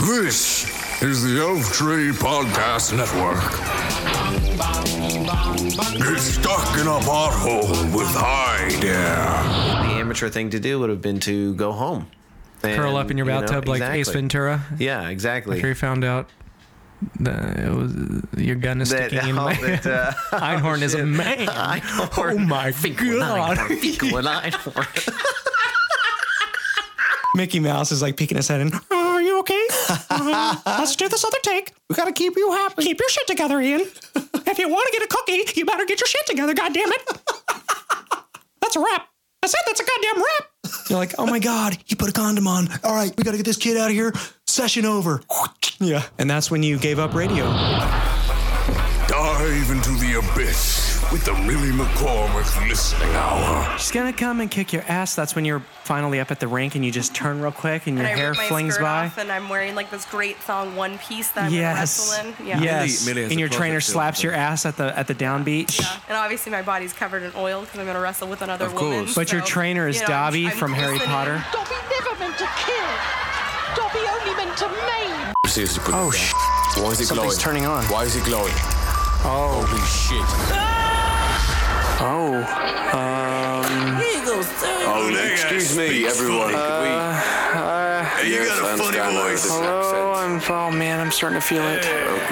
This is the Elf Tree Podcast Network. Get stuck in a pothole with high dare. The amateur thing to do would have been to go home, and, Curl up in your you know, bathtub like Ace exactly. Ventura. Yeah, exactly. After he found out that it was your gun is That- sticking in oh, my that, uh, Einhorn is a man. Einhorn. Oh my Finkel God. Einhorn, Finkel Einhorn. Mickey Mouse is like peeking his head in. Oh, are you okay? Uh, let's do this other take. We gotta keep you happy. Keep your shit together, Ian. If you want to get a cookie, you better get your shit together. God damn it. That's a wrap. I said that's a goddamn wrap. You're like, oh my God, you put a condom on. All right, we got to get this kid out of here. Session over. Yeah. And that's when you gave up radio. Dive into the abyss with the Millie McCormick Listening Hour. She's gonna come and kick your ass. That's when you're finally up at the rink and you just turn real quick and your and I hair rip my flings skirt by. off and I'm wearing like this great thong one piece that I'm yes. gonna wrestle in. Yeah. Yes. Millie- Millie has and a your closet trainer too, slaps so- your ass at the at the downbeat. Yeah. And obviously my body's covered in oil because I'm gonna wrestle with another Of woman. course. But your so, trainer is you know, I'm- Dobby I'm from Harry glistening. Potter. Dobby never meant to kill. Dobby only meant to maim. Seriously, put oh, sh- Why is it Something's glowing? turning on. Why is it glowing? Oh. Holy shit. Oh. Oh, excuse me, everyone. Uh, Hey, you got a funny voice. Oh, I'm, oh man, I'm starting to feel it.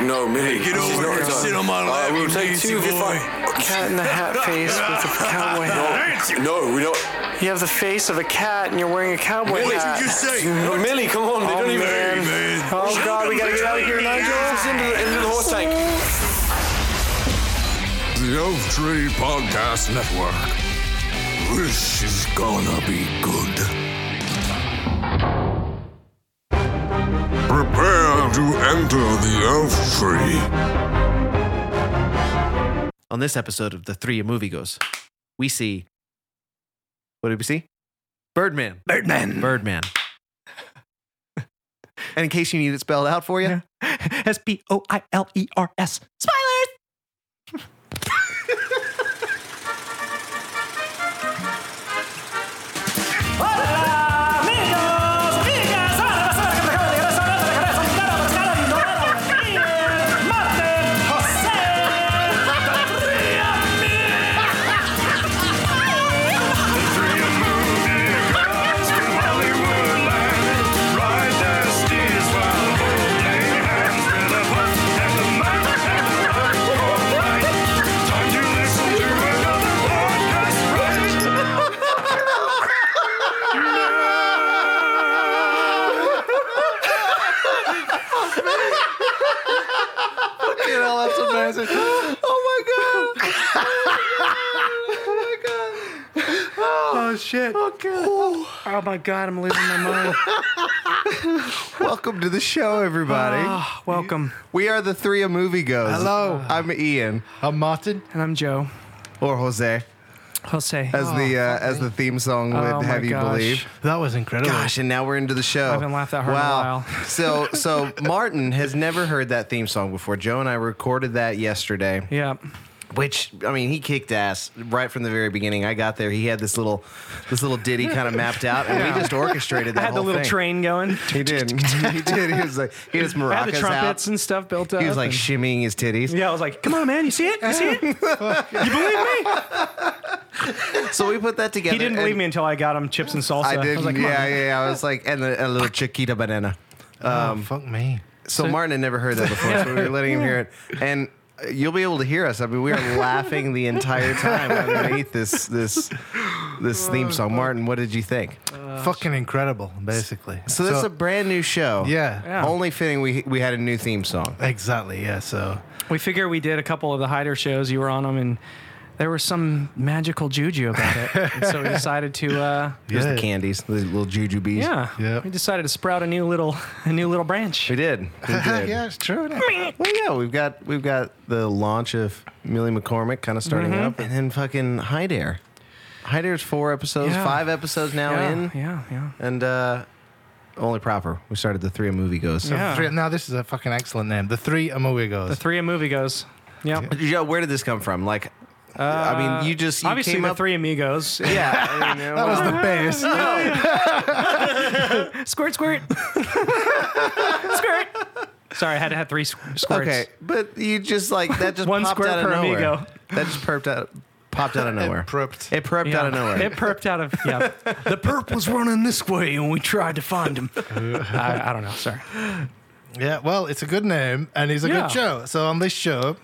No, Millie. Get over here and sit on my lap, I will you Uh, take lazy two if boy. I. Cat in the hat face with a cowboy hat. No, we don't. You have the face of a cat and you're wearing a cowboy What hat. did you just say? Oh, Millie, come on. They Oh, don't even. man. man. Oh god, we gotta get out of here, Nigel. It's into the, into the horse tank. The Elf Tree Podcast Network. This is gonna be good. Prepare to enter the Elf Tree. On this episode of the Three Moviegoes, we see. What did we see? Birdman. Birdman. Birdman. and in case you need it spelled out for you, S P O I L E R S. you know, that's amazing. Oh my god. Oh shit. Oh god. Oh my god, I'm losing my mind. Welcome to the show, everybody. Ah, welcome. we are the Three of Moviegoes. Hello. I'm Ian Um, I'm Martin. And I'm Joe. or Jose, Jose. as the uh, as the theme song would Oh my have you gosh. believe. That was incredible. Gosh, and now we're into the show. I haven't laughed that hard in a while. so, so Martin has never heard that theme song before. Joe and I recorded that yesterday, Yeah. which I mean, he kicked ass right from the very beginning. I got there, he had this little, this little ditty kind of mapped out, and we just orchestrated that I had the whole little thing. train going. He did. He did. He was like, he had his maracas I had the trumpets out. and stuff built up. He was like and- shimmying his titties. yeah, I was like, come on, man. You see it? You see it? you believe me? So we put that together. He didn't and believe me until I got him chips and salsa. I was didn't. like, come on, yeah, man. yeah, yeah. I was like, and the, a little Chiquita banana. oh, Um, fuck me. So, Martin had never heard that before, so we were letting him hear it, and uh, you'll be able to hear us. I mean, we are laughing the entire time underneath this this this theme song. Martin, what did you think? Fucking incredible, basically. So this is a brand new show. Yeah. Yeah. Only fitting we we had a new theme song. Exactly, yeah. So We figure we did a couple of the hider shows. You were on them, and there was some magical juju about it. and so we decided to, uh, It was Yeah. the candies, the little juju bees. yeah, Yeah. we decided to sprout a new little, a new little branch. we did. We did. yeah, it's true. isn't it? Well, yeah, we've got we've got the launch of Millie McCormick kind of starting up, and then fucking Hide Air. Hide Air's four episodes, Yeah. five episodes now yeah, in, yeah, yeah. and uh only proper. We started the three movie goes. So. Yeah. Three- now this is a fucking excellent name. The three Amowigos. The three of movie goes. Yep. Joe, where did this come from? Like, I mean, you just you Obviously, came the up. three amigos. yeah, I mean, it That was was- the base. squirt, squirt, squirt. Sorry, I had to have three squ- squirts. okay, but you just like that just One popped squirt out of per nowhere. amigo. That just perped out, popped out of nowhere. perped. It perped Yeah. out of nowhere. It perped out of yeah. the perp was running this way, and we tried to find him. I, I don't know. Sorry. Yeah, well, it's a good name and it's a Yeah. good show. So on this show,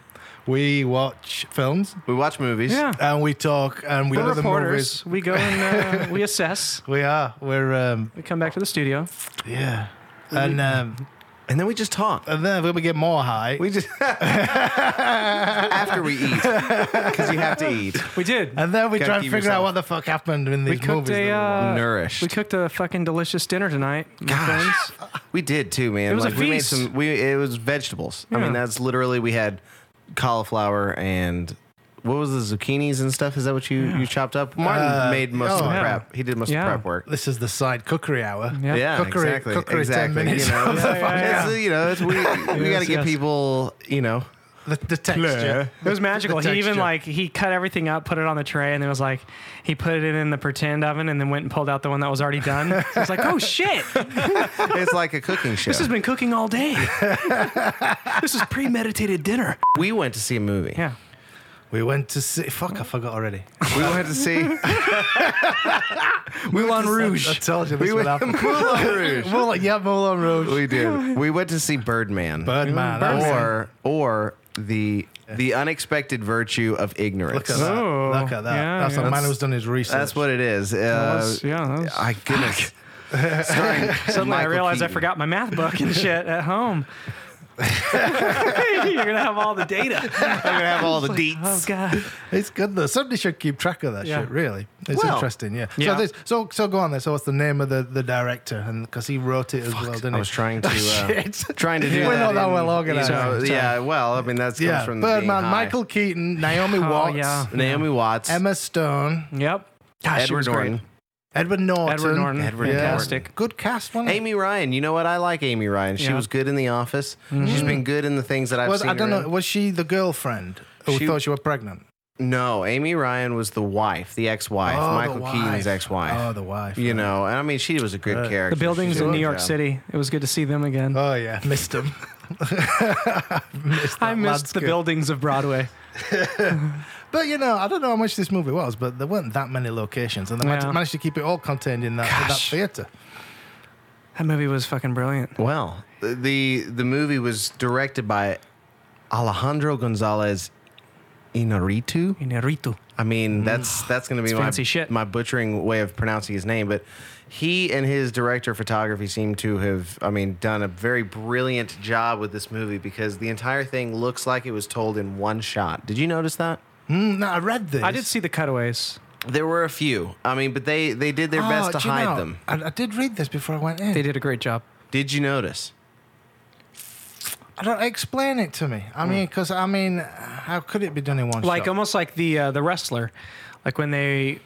we watch films we watch movies. Yeah. and we talk and we We're do the reporters. movies. We go and uh, we assess. We are. We're um We come back to the studio. yeah. And um and then we just talk. and then when we get more high, We just after we eat because you have to eat. We did. and then we Gotta try and keep figure out yourself- what the fuck happened in we these cooked movies. a that we watch. uh, Nourished. We cooked a fucking delicious dinner tonight. my Gosh. friends. We did too, man. It was a like we made feast. some. We it was vegetables. I Yeah. mean, that's literally we had cauliflower and what was the zucchinis and stuff. Is that what you you chopped up? Martin Uh, made most of oh, the yeah. prep. He did most Yeah. of the prep work. this is the side cookery hour. Yeah. Yeah, Cookery- exactly. cookery 10 exactly. minutes You know, of the Yeah, yeah, It's, you know, it's, we we got to Yes, get yes. people. You know, The, the texture. It was magical. The He even texture. like he cut everything up, put it on the tray, and then was like he put it in the pretend oven, and then went and pulled out the one that was already done. So it's like, oh shit, it's like a cooking show. this has been cooking all day. this is premeditated dinner. we went to see a movie. Yeah, We went to see. Fuck, I forgot already. We went to see Moulin I Rouge. told you this we would happen. went Moulin Rouge. Moulin, yeah, Moulin Rouge. We did. We went to see Birdman. Birdman, that's or or the the unexpected virtue of Look ignorance. at that. Oh, Look at that. yeah, that's yeah. a man who's done his research. That's what it is. Uh, was- yeah, that was- I goodness. Starring Suddenly, I Michael realized I Keaton. forgot my math book and shit at home. You're gonna have all the data. I'm gonna have all the Oh deets. god. It's good though. Somebody should keep track of that Yeah. shit. Really, it's Well- interesting. Yeah. Yeah. So this, so so go on there. So what's the name of the, the director? And because he wrote it as well, didn't he? Oh, I was trying to uh, Shit. trying to do We're that. not that in- well organized. you know, Sorry, yeah, well, I mean that's comes Yeah. from being Birdman, high. Oh, Michael Keaton, Naomi Watts, yeah. Naomi Watts, Emma Stone, Yep. Gosh, she Edward was great. Norton, Edward Norton. Edward Norton. Edward Yeah. Fantastic. Good cast, wasn't it? Amy Ryan. You know what? I like Amy Ryan. She Yeah. was good in The Office. She's been good in the things that I've Mm-hmm. Was, seen. I don't her know. in. Was she the girlfriend who She- thought she was pregnant? No, Amy Ryan was the wife, the ex-wife, Oh, the Michael Keaton's wife. ex-wife. Oh, the wife. You know, and I mean, she was a good character. The buildings She did in a New good York job. City. It was good to see them again. Oh yeah, missed him. I missed the landscape. buildings of Broadway. But you know, I don't know how much this movie was, but there weren't that many locations, and they Yeah. managed to keep it all contained in that, in that Gosh. theater. That movie was fucking brilliant. Well, the the movie was directed by Alejandro Gonzalez Inarritu. Inarritu. I mean, that's that's going to be Mm. It's my fancy shit. my butchering way of pronouncing his name, but he and his director of photography seem to have, I mean, done a very brilliant job with this movie because the entire thing looks like it was told in one shot. Did you notice that? Mm, no, I read this. I did see the cutaways. There were a few. I mean, but they they did their Oh, best to do you hide know, them. I, I did read this before I went in. They did a great job. Did you notice? I don't explain it to me. Hmm. I mean, because I mean, how could it be done in one Like shot? almost like the uh, the wrestler, like when they,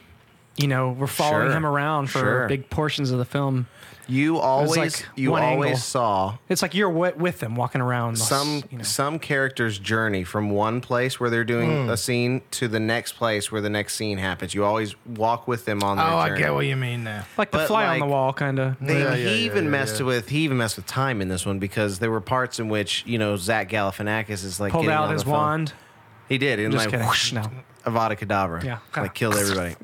you know, were following Sure. him around for Sure. big portions of the film. You always like you one always angle. saw It's like you're wi- with them walking around. the s- some you know. some character's journey from one place where they're doing a scene to the next place where the next scene happens. You always walk with them on oh, their I journey. get what you mean now. like the but fly on like- the wall kind of. They, Yeah, he yeah, yeah, even yeah, messed yeah. with he even messed with time in this one because there were parts in which you know Zach Galifianakis is like Pulled getting out on his the phone. wand. He did and Just like kidding. whoosh, No. Avada Kedavra. Yeah. like killed everybody.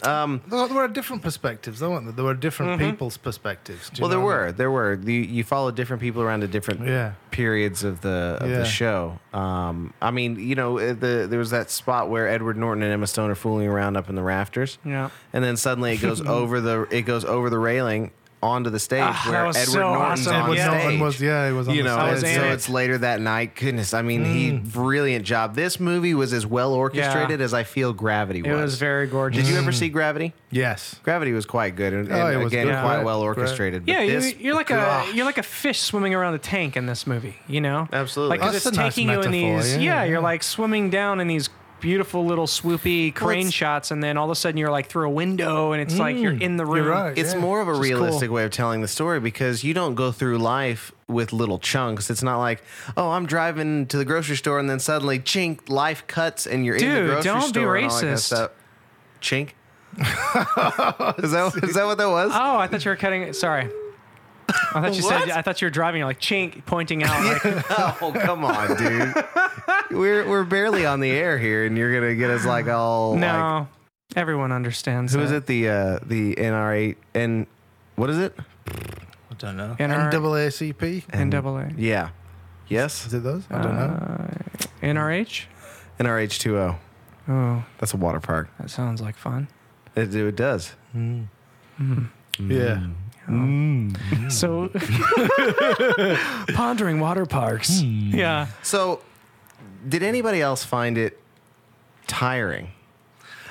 There were different perspectives, though, weren't there? There were different people's perspectives. do you Mm-hmm. Well, there know what I were, there were. You, you followed different people around to different Yeah. periods of the of Yeah. the show. Um, I mean, you know, uh, the there was that spot where Edward Norton and Emma Stone are fooling around up in the rafters. Yeah. and then suddenly it goes over the it goes over the railing onto the stage Ah, where that Edward was so Norton's awesome. on Edward Norton stage. was- yeah, he was Mm. on you the know, stage. I was and in so it. it's later that night. Goodness, I mean, he brilliant job. This movie was as well orchestrated as I feel Gravity It was. was very gorgeous. Did you Mm. ever see Gravity? mean? Yes. Gravity was quite good, and, Oh, and it was again, good. quite Great, well great. orchestrated. But Yeah, you, this- you're like gosh. a you're like a fish swimming around a tank in this movie. You know, Absolutely. Like 'cause That's it's a nice taking you in metaphor, these. yeah, Yeah, yeah. you're like swimming down in these beautiful little swoopy crane it's- shots, and then all of a sudden you're like through a window, and it's like Mm, you're in the room. right. It's Yeah. more of a Which is cool. realistic way of telling the story because you don't go through life with little chunks. It's not like, oh, I'm driving to the grocery store and then suddenly, chink, life cuts and you're in Dude, the grocery don't be store. and all that kind of racist. stuff. Chink. is that is that what that was? Oh, I thought you were cutting. it. Sorry. I thought you said. What? I thought you were driving. You're like chink, pointing out. Like, oh, come on, dude. We're we're barely on the air here, and you're gonna get us like all Like, no, everyone understands. who is it? The uh, the NRA and what is it? I don't know. NRA. NAACP? NAA, Yeah. Yes. Is it those? I don't know. Uh, NRH. NRH2O. Oh, That's a water park. that sounds like fun. It, it does. hmm. Yeah. So, pondering water parks. Yeah. So, did anybody else find it tiring?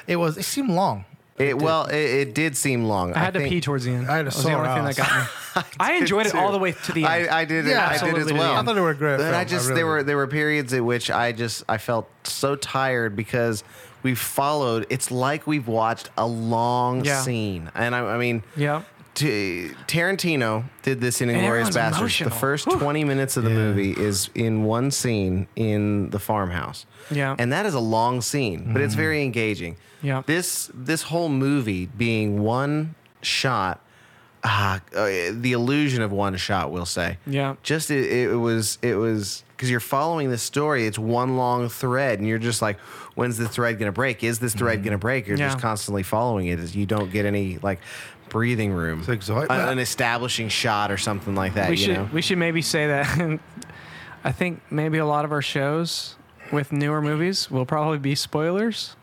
It was. It seemed long. It, well, it, it did seem long. I had to think- pee towards the end. I had a That was the only sore thing that got me. I, enjoyed it too. all the way to the end. I, I did. Yeah, I did as absolutely did. well. I thought it were a great But I film. I just really there were did. there were periods at which I just I felt so tired because we followed. It's like we've watched a long Yeah. scene, and I, I mean, yeah. T- Tarantino did this in Inglorious everyone's Bastards. emotional. The first Whew. 20 minutes of the movie is in one scene in the farmhouse. Yeah. And that is a long scene, but it's very engaging. Yeah. This this whole movie being one shot ah, uh, the illusion of one shot, we'll say. Yeah. Just it, it was it was because you're following this story. It's one long thread, and you're just like, when's the thread gonna break? Is this thread gonna break? You're just Mm-hmm. Yeah. constantly following it. Is you don't get any like breathing room, It's exciting. an, an establishing shot or something like that. We you should know. we should maybe say that. I think maybe a lot of our shows with newer movies will probably be spoilers.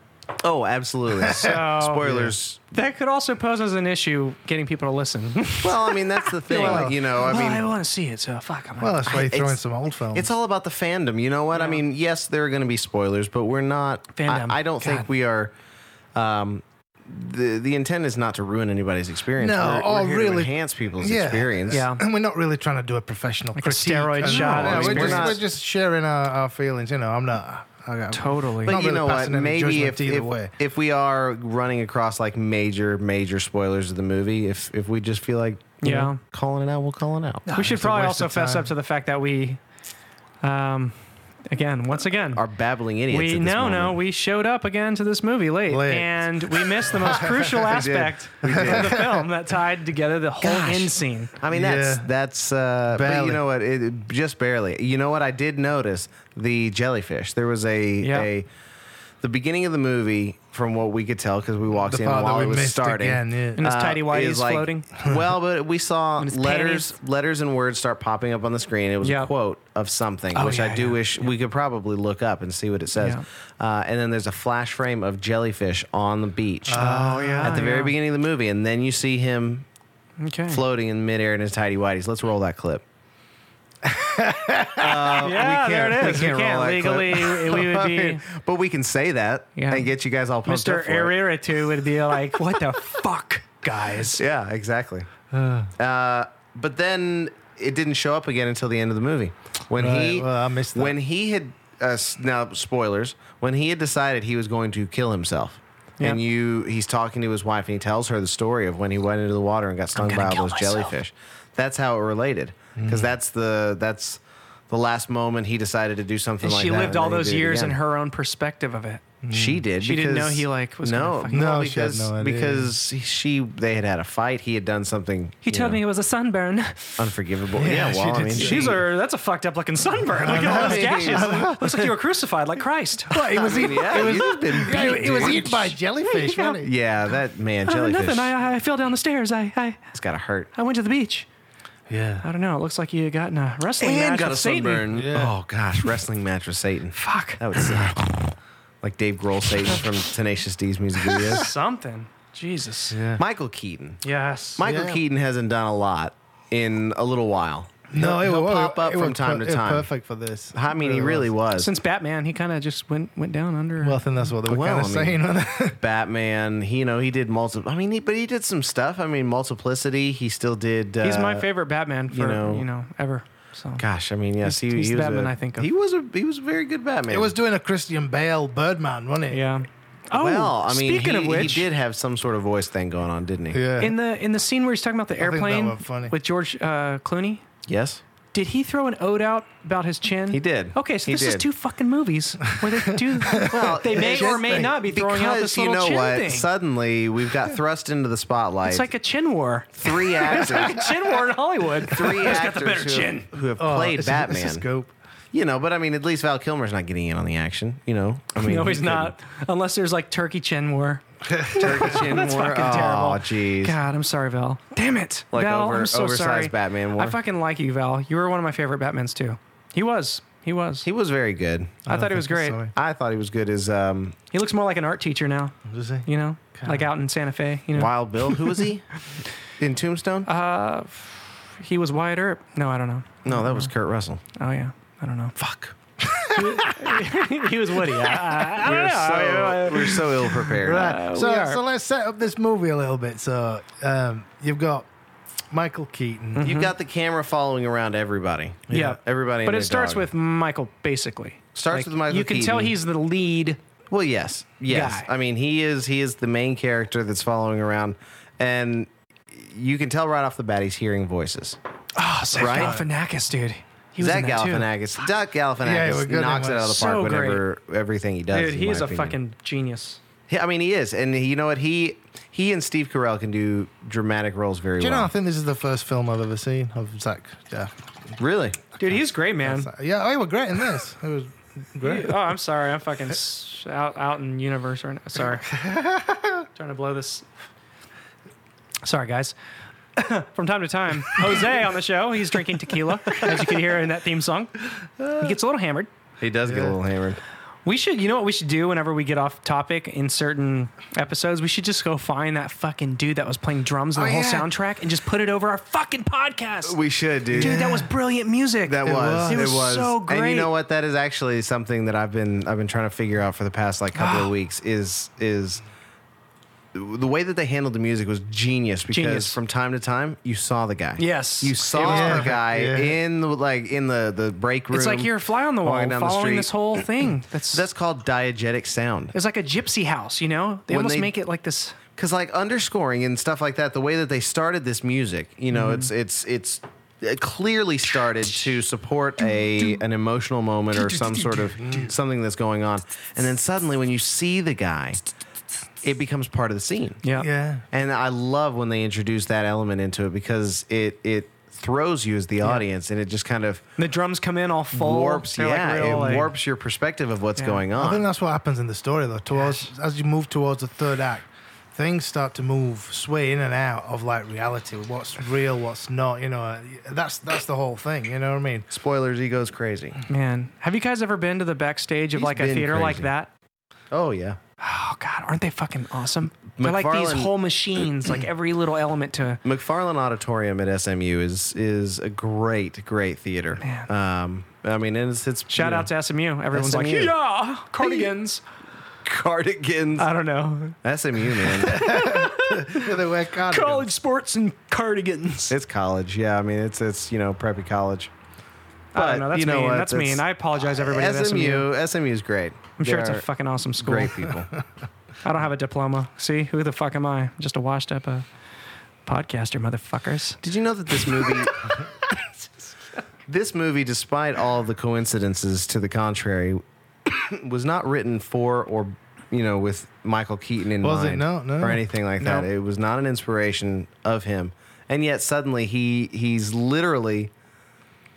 oh, absolutely. So Spoilers. that could also pose as an issue getting people to listen. Well, I mean that's the thing. Well- like, you know, I I, mean, I want to see it, so fuck. I'm Well, well, that's why you throw in It's- some old films. It's all about the fandom. You know what? I mean, yes, there are going to be spoilers, but we're not. I- Fandom. I, don't think God. we are. Um, the the intent is not to ruin anybody's experience. No, we're, oh, we're here to really? enhance people's Yeah. experience. Yeah. and we're not really trying to do a professional a critique. steroid Uh, shot Yeah, of we're, experience. just, we're just sharing our, our feelings. You know, I'm not. I got, totally. But Not you really know what? passing any Maybe judgment if either if, way. if we are running across like major major spoilers of the movie, if if we just feel like you Yeah. know, calling it out, we'll call it out. we should it's a probably waste also of fess time. up to the fact that we, um, again, once again, Our babbling idiots. we at this no no moment. we showed up again to this movie late, Late. and we missed the most crucial aspect of the film that tied together the whole end scene. I mean Yeah. that's that's uh, but Barely. you know what it, it- just barely. You know what I did notice the jellyfish. There was a Yeah. a the beginning of the movie from what we could tell because we walked the in part while that it we was missed starting. uh, again. And Yeah. his tidy whities is like- floating. well, but we saw his letters, panties. letters and words start popping up on the screen. It was Yeah. Oh, a quote of something, which yeah, I do yeah, wish we could probably look up and see what it says. Uh, and then there's a flash frame of jellyfish on the beach. Oh yeah, at the very yeah. beginning of the movie, and then you see him Okay. floating in midair in his tidy whities. Let's roll that clip. yeah, we there can't- it is. we We can't can't, roll that clip. legally. we would I be mean, but we can say that Yeah. and get you guys all pumped up Mr. for it. Ariritu would be like, "What the fuck, guys?" Yeah, exactly. Uh, but then it didn't show up again until the end of the movie when he Right, well, I missed that. when he had uh, s- now spoilers when he had decided he was going to kill himself. Yeah. And you, he's talking to his wife, and he tells her the story of when he went into the water and got stung by all kill those myself. Mm. jellyfish. That's how it related, because that's the that's the last moment he decided to do something And like she that. lived and all then he those did it years in again. her own perspective of it. She did. Mm. She didn't know he, like, was gonna no, fuck no, No, she had because no idea. because she they had had a fight. He had done something. He you told know, me it was a sunburn. unforgivable. Yeah, Yeah, she well, I did mean, say- She's a that's a fucked up looking sunburn. Look at all those gashes. Looks like you were crucified like Christ. But it was eaten. yeah, it was, you've been yeah, beat, it was dude. eaten by jellyfish, Yeah. wasn't it? Yeah, that man Oh, jellyfish. nothing. I, I fell down the stairs. I, I it's gotta hurt. I went to the beach. Yeah. I don't know. It looks like you got in a wrestling match with Satan. Yeah. Oh gosh, wrestling match with Satan. Fuck. That would suck. like Dave Grohl Satan from Tenacious D's music videos. Something. Jesus. Michael Keaton. Yes. Michael Yeah. Keaton hasn't done a lot in a little while. No, it He'll was pop up it from was time per- to it was time. Perfect for this. I mean, he really was. Since Batman, he kind of just went went down under. Well, I think that's what they were Well, kind of I mean- saying. wasn't it? Batman. He, you know, he did multiple. I mean, he, but he did some stuff. I mean, multiplicity. He still did. Uh, He's my favorite Batman for you know, know. ever. So Gosh, I mean, yes, he, He's- he's he the was Batman a- I think of. he was a he was a very good Batman. It was doing a Christian Bale Birdman, wasn't it? yeah. Oh, well, I mean, speaking he, of which, he did have some sort of voice thing going on, didn't he? Yeah. in the in the scene where he's talking about the that airplane was funny. with George uh, Clooney. Yes. Did he throw an ode out about his chin? He did. Okay, so He this is did. two fucking movies where they do. well, they may just or may think- not be throwing out because this you little know chin what? thing. Suddenly, we've got thrust into the spotlight. it's like a chin war. three actors, Chin war in Hollywood. three got the actors better who, chin. who have Oh, played it's a- Batman. It's a scope. You know, but I mean, at least Val Kilmer's not getting in on the action. You know, I mean, No, he he's not. Unless there's like turkey chin war. couldn't. Turkish chin That's war. fucking oh, terrible. jeez. God, I'm sorry, Val. Damn it. Like Val, over- I'm so oversized sorry. Batman war. I fucking like you, Val. You were one of my favorite Batmans too. He was. He was. He was very good. Uh, I, thought he was great. sorry. I thought he was good as um, He looks more like an art teacher now, Does he? you know? Like out in Santa Fe, you know. Uh, Wild Bill. Who was he in Tombstone? He was Wyatt Earp. No, I don't know. no, that was Kurt Russell. Oh yeah. I don't know. Fuck. he was Woody. I, I, I don't We're know. I- I- so, we're so ill prepared. Right. we So, are- so let's set up this movie a little bit. So um, you've got Michael Keaton. You've got the camera following around everybody. Mm-hmm. yeah. Everybody. and But their it starts dog. with Michael basically. Starts with Michael You can tell Keaton. he's the lead. Well, yes, yes. guy. I mean, he is he is the main character that's following around, and you can tell right off the bat he's hearing voices. Oh, Zach Right? Galifianakis, dude. He was Zach in that, too. Galifianakis, Duck Yeah, we're Galifianakis good knocks it at out of that. the park So whenever everything he does. Dude, in he my is a opinion. fucking genius. He- I mean, he is, and he- you know what? He he and Steve Carell can do dramatic roles very Do you well. know? I think this is the first film I've ever seen of Zach. Yeah, really? Dude, he's great, man. yeah, they were great in this. It was great. Oh, I'm sorry. I'm fucking s- out out in universe right now. Sorry. Trying to blow this. Sorry, guys. From time to time, Jose on the show, he's drinking tequila, as you can hear in that theme song. He gets a little hammered. He does get a little hammered. We should, you know what we should do whenever we get off topic in certain episodes? We should just go find that fucking dude that was playing drums in the Oh, whole yeah. soundtrack and just put it over our fucking podcast. We should, Dude, that was brilliant music. That It was. was, It was so great. And you know what? That is actually something that I've been I've been trying to figure out for the past like couple of weeks is is the way that they handled the music was genius because Genius. from time to time you saw the guy. Yes. you It saw was the perfect. guy Yeah. in the like in the the break room. It's like you're a fly on the wall walking down the following street. this whole thing. That's, That's called diegetic sound. It's like a gypsy house, you know? They When almost they- make it like this. because like underscoring and stuff like that the way that they started this music you know Mm-hmm. it's it's it's it clearly started to support a an emotional moment or some sort of something that's going on and then suddenly when you see the guy it becomes part of the scene Yeah. and i love when they introduce that element into it because it it throws you as the audience and it just kind of The drums come in all full. warps They're like yeah real, it like- warps your perspective of what's Yeah. going I think on that's what happens in the story, though. Towards as you move towards the third act, things start to move, sway in and out of like reality. What's real, what's not. You know, that's that's the whole thing. You know what I mean? spoilers he goes crazy Man, have you guys ever been to the backstage of He's like a been theater like crazy. that? oh yeah Oh God, aren't they fucking awesome? They're like these McFarlane- whole machines, like every little element to. McFarland Auditorium at SMU is is a great, great theater. Man. Um, I mean, and it's, it's Shout out to SMU. Everyone's like, SMU. yeah, cardigans. cardigans. I don't know, SMU, man, Yeah, they wear cardigans. college sports and cardigans. it's college. Yeah, I mean, it's it's you know preppy college. I don't But know. That's you know mean. what? That's, mean. I apologize, everybody. at SMU. SMU, SMU is great. I'm sure They it's are a fucking awesome school. great people. I don't have a diploma. See, who the fuck am I? Just a washed up uh, podcaster, motherfuckers. Did you know that this movie? this movie, despite all of the coincidences to the contrary, was not written for or you know with Michael Keaton in Was it? mind No, no. or anything like that. No. It was not an inspiration of him, and yet suddenly he he's literally,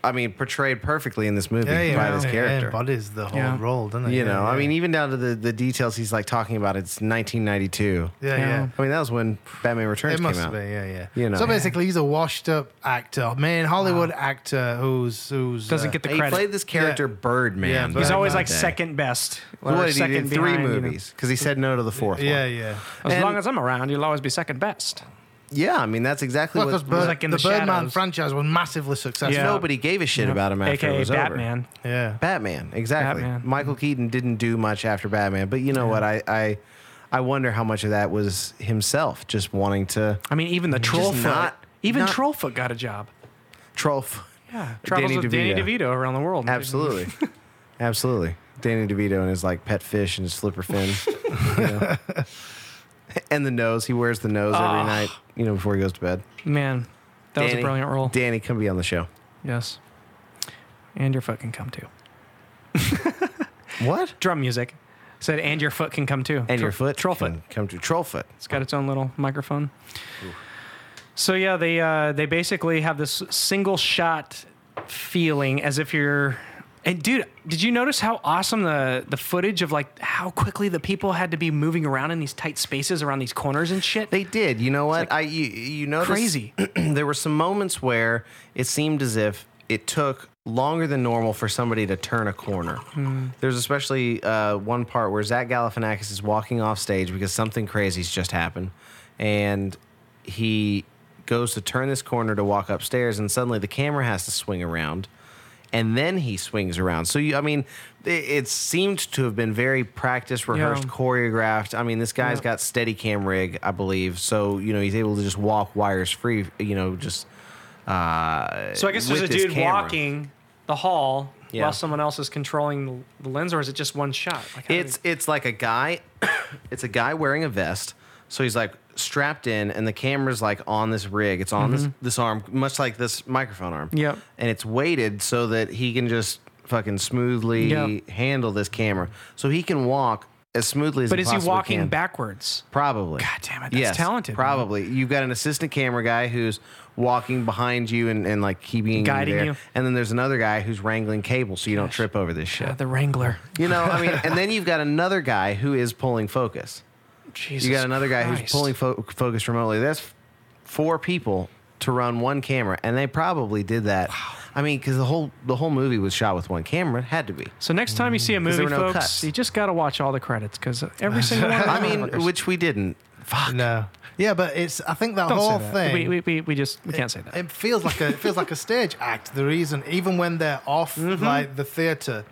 I mean, portrayed perfectly in this movie Yeah, yeah, by yeah, this yeah, character. embodies the whole Yeah. role, doesn't it? you Yeah, know, yeah. I mean, even down to the, the details he's like talking about. It's 1992. yeah, yeah. Yeah. I mean, that was when Batman It Returns must came out. be, yeah, yeah. You know. so basically, he's a washed-up actor, main Oh, Hollywood actor who's who's Doesn't uh, get the He credit. played this character Yeah. Birdman. Yeah, back He's He's in always the like day. second best. Or What did he do? second Three behind, you know. movies because he said no to the fourth Yeah, one. yeah. As And- long as I'm around, you'll always be second best. Yeah, I mean that's exactly Well, because what Bird, like in the, the Birdman shadows. franchise was massively successful. Yeah. nobody gave a shit about him after AKA it was Batman. over. Yeah. Batman, exactly. Batman. Michael Keaton didn't do much after Batman, but you know what? I, I I wonder how much of that was himself just wanting to I mean, even the Trollfoot. not- even not- Trollfoot got a job. troll. f- Yeah, travels Danny with Danny DeVito. DeVito around the world. Absolutely. Absolutely. Danny DeVito and his like pet fish and his flipper fin. you know. And the nose. He wears the nose every night, you know, before he goes to bed. man, Ah. that was Danny- a brilliant role. Danny, come be on the show. yes, and your foot can come too. What? Drum music said, and your foot can come too. And your Tro- foot? troll foot. can Come to Trollfoot. It's got its own little microphone. So yeah, they uh, they basically have this single shot feeling as if you're. And dude, did you notice how awesome the the footage of like how quickly the people had to be moving around in these tight spaces around these corners and shit? They did. You know what? I you, you noticed Crazy. there were some moments where it seemed as if it took longer than normal for somebody to turn a corner. There's especially uh, one part where Zach Galifianakis is walking off stage because something crazy's just happened, and he goes to turn this corner to walk upstairs, and suddenly the camera has to swing around. And then he swings around. So you, I mean, it, it seemed to have been very practiced, rehearsed, choreographed. I mean, this guy's got steady cam rig, I believe. So you know, he's able to just walk wires free. You know, just So I guess there's a with this dude camera. walking the hall Yeah. while someone else is controlling the, the lens, or is it just one shot? Like, how do It's it's like a guy, it's a guy wearing a vest. So he's like strapped in, and the camera's like on this rig. It's on Mm-hmm. this this arm, much like this microphone arm. Yep. And it's weighted so that he can just fucking smoothly Yeah. handle this camera. So he can walk as smoothly as. but he is he possibly walking can. backwards? Probably. God damn it, that's talented, man. Probably. You've got an assistant camera guy who's walking behind you and, and like keeping Guiding you, there. you. And then there's another guy who's wrangling cable so you don't trip over this shit. Uh, the Wrangler. You know, I mean, and then you've got another guy who is pulling focus. Jesus You got another guy who's Christ. pulling fo- focus remotely. That's f- four people to run one camera, and they probably did that. I mean, because the whole the whole movie was shot with one camera, It had to be. So next time you see a there movie, Mm, were no folks, cuts. you just got to watch all the credits because every single one. Of I them mean, motherfuckers- which we didn't. Fuck. No. Yeah, but it's. I think that Don't say whole that. thing. We, we, we, we just we can't say that. It feels like a it feels like a stage act. The reason, even when they're off like the theater, it's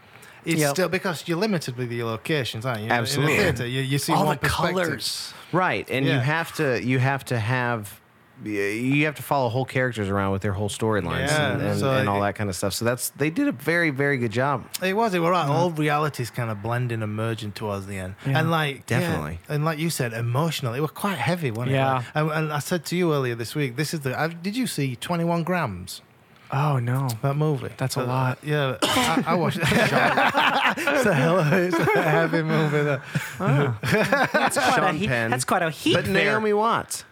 Mm-hmm. Yep. still because you're limited with your locations, aren't you? Absolutely. In a theater, you, you see all one the perspective. colors. Right, and you Yeah. have to you have to have you have to follow whole characters around with their whole storylines Yeah, and, and, so and all it- that kind of stuff. So that's they did a very very good job. It was. It was Mm. right. All realities kind of blending and merging towards the end, and like yeah, Definitely. and like you said, emotional. It was quite heavy, wasn't Yeah. it? Like, And, and I said to you earlier this week, this is the. I, did you see Twenty One Grams? Oh no, That movie. That's a Uh, lot. Yeah, I, I watched. it. it's a hell. of- It's a heavy movie. though. Sean Penn, that's quite a heat. but Naomi Watts.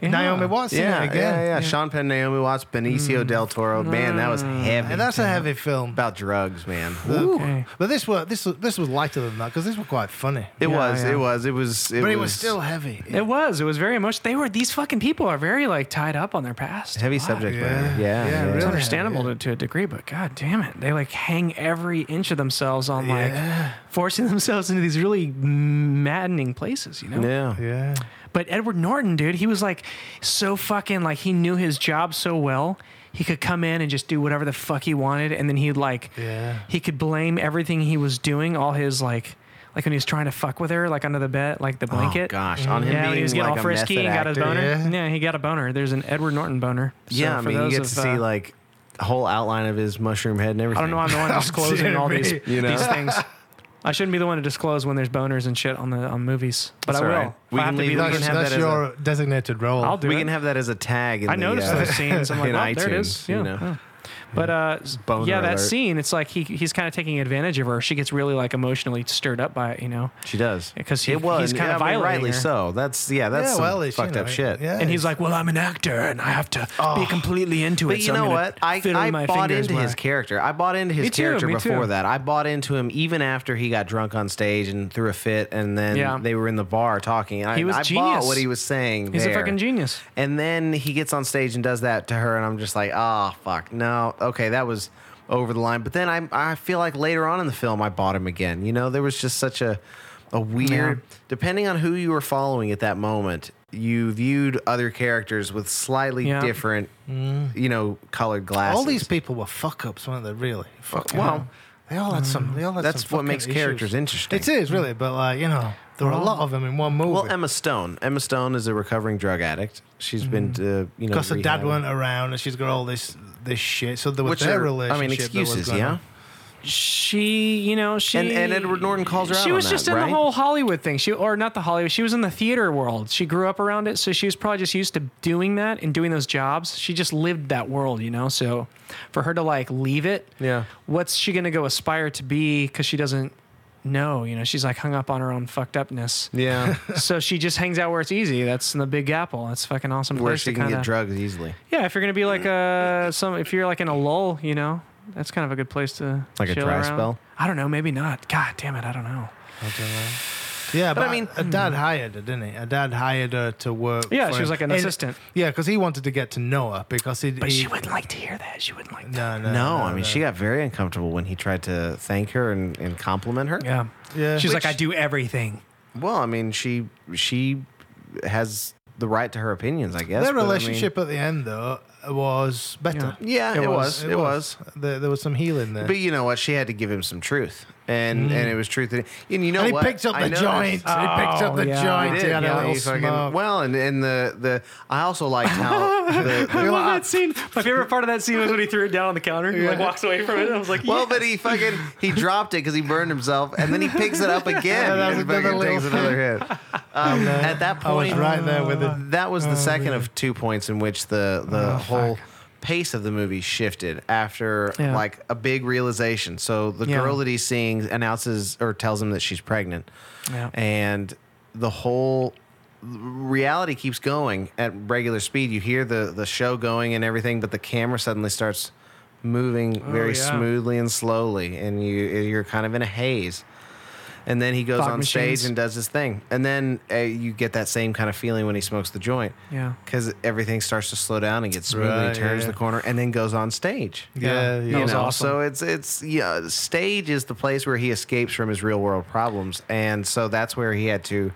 Naomi Watts. in it Yeah, yeah, again. yeah, Sean Penn, Naomi Watts, Mm. Benicio del Toro. Man, that was heavy. And that's a heavy film. about drugs, man. Okay. But this was this was, this was lighter than that because this was quite funny. Yeah, It was, yeah. it was, it was, it but was, it was still heavy. It was. It was very much. They were. These fucking people are very like tied up on their past. heavy Fuck. subject Yeah. matter. Yeah, Yeah, yeah. really. It's understandable to, to a degree, but god damn it, they like hang every inch of themselves on like forcing themselves into these really maddening places. You know. Yeah. Yeah. But Edward Norton, dude, he was like so fucking like he knew his job so well. He could come in and just do whatever the fuck he wanted, and then he'd like Yeah. he could blame everything he was doing, all his like like when he was trying to fuck with her, like under the bed, like the blanket. Oh gosh, on him Yeah, being when he was getting like all a method frisky and got his actor. boner. yeah. Yeah. he got a boner. There's an Edward Norton boner. So Yeah, I for mean, you those get to of, see uh, like a whole outline of his mushroom head and everything. I don't know. I'm the one disclosing all these Jeremy. You know? these things. I shouldn't be the one to disclose when there's boners and shit on the on movies, but That's I will. all right. If We I can have to leave be it the at That's, can person- have that's that as a- your designated role. I'll do we it. can have that as a tag. In I the, noticed uh, those scenes. I'm like, in well, there it iTunes, is. Yeah, you know. yeah. But uh, Boner yeah, that alert. scene, it's like he he's kind of taking advantage of her. She gets really like emotionally stirred up by it, you know. She does 'Cause he- it was he's kinda yeah, I mean, violating rightly her. so. That's yeah, that's yeah, some well, it's, you fucked know, up shit. Yeah, And he's like, "Well, I'm an actor, and I have to be completely into it." Oh. But you so I'm know gonna what? I, fiddle I my bought fingers into while his I-" character. I bought into his Me too, character me before too. that. I bought into him even after he got drunk on stage and threw a fit, and then Yeah. they were in the bar talking. And He I, was I bought genius. what he was saying. He's a there. fucking genius. And then he gets on stage and does that to her, and I'm just like, oh fuck, no, okay, that was over the line. But then I I feel like later on in the film I bought him again. You know, there was just such a a weird depending on who you were following at that moment, you viewed other characters with slightly Yeah. Mm. different you know, colored glasses. Uh-huh. all these people were fuck ups, weren't they? Really? Fuck. Well, They all had some. They all had That's some what fucking makes issues. characters interesting. It is really, but like you know, there were a lot of them in one movie. Well, Emma Stone. Emma Stone is a recovering drug addict. She's been, to, you know, Mm. because her dad rehab. weren't around, and she's got all this this shit. So there was Which their are, relationship. I mean, that was excuses, going yeah. on. She, you know, she And- and Edward Norton calls her out She on was that, just in right? the whole Hollywood thing. She or not the Hollywood. She was in the theater world. She grew up around it, so she was probably just used to doing that and doing those jobs. She just lived that world, you know. So, for her to like leave it, Yeah. What's she gonna go aspire to be? Because she doesn't know, you know. She's like hung up on her own fucked upness. Yeah, so she just hangs out where it's easy. That's in the Big Apple. That's a fucking awesome where place she to can kind get of drugs easily, yeah, if you're gonna be like uh some, if you're like in a lull, you know, that's kind of a good place to Like a chill dry around. spell? I don't know, maybe not. God damn it, I don't know. Yeah, but, I I mean- hmm. mean, her dad hired her, didn't he? Her dad hired her to work. Yeah, for she was him. like an And- assistant. Yeah, because he wanted to get to know her because he. But he- she wouldn't like to hear that. She wouldn't like that. No, no, No, I mean, no. she got very uncomfortable when he tried to thank her and, and compliment her. Yeah, Yeah. She's Which- like, I do everything. Well, I mean, she she has the right to her opinions, I guess. Their but I mean- relationship at the end though was better. Yeah. yeah, it, was. It was. There, there was some healing there. But you know what? She had to give him some truth, and and it was truth. That, and you know Mm. and he what? picked up I the noticed- joint. he picked up Oh, the yeah. I joint. did, He had yeah, a little he fucking- smoke. well, and, and the, the I also liked how the, the- I love that scene. My favorite part of that scene was when he threw it down on the counter. He like walks away from it. I was like, well, but he fucking he dropped it because he burned himself, and then he picks it up again that was and another fucking little Oh, takes another hit. Um, at that I was point, right there with it. Oh, that was the second of two points in which the the whole pace of the movie shifted after Yeah. like a big realization. So the Yeah. girl that he's seeing announces or tells him that she's pregnant, Yeah. and the whole reality keeps going at regular speed. You hear the the show going and everything, but the camera suddenly starts moving very Oh, yeah. smoothly and slowly, and you you're kind of in a haze. And then he goes Fog on machines. stage and does his thing, and then uh, you get that same kind of feeling when he smokes the joint, Yeah. because everything starts to slow down and gets smoothly. Right, he turns yeah. the corner and then goes on stage. Yeah, yeah. You was know, awesome. so it's it's yeah. the Stage is the place where he escapes from his real world problems, and so that's where he had to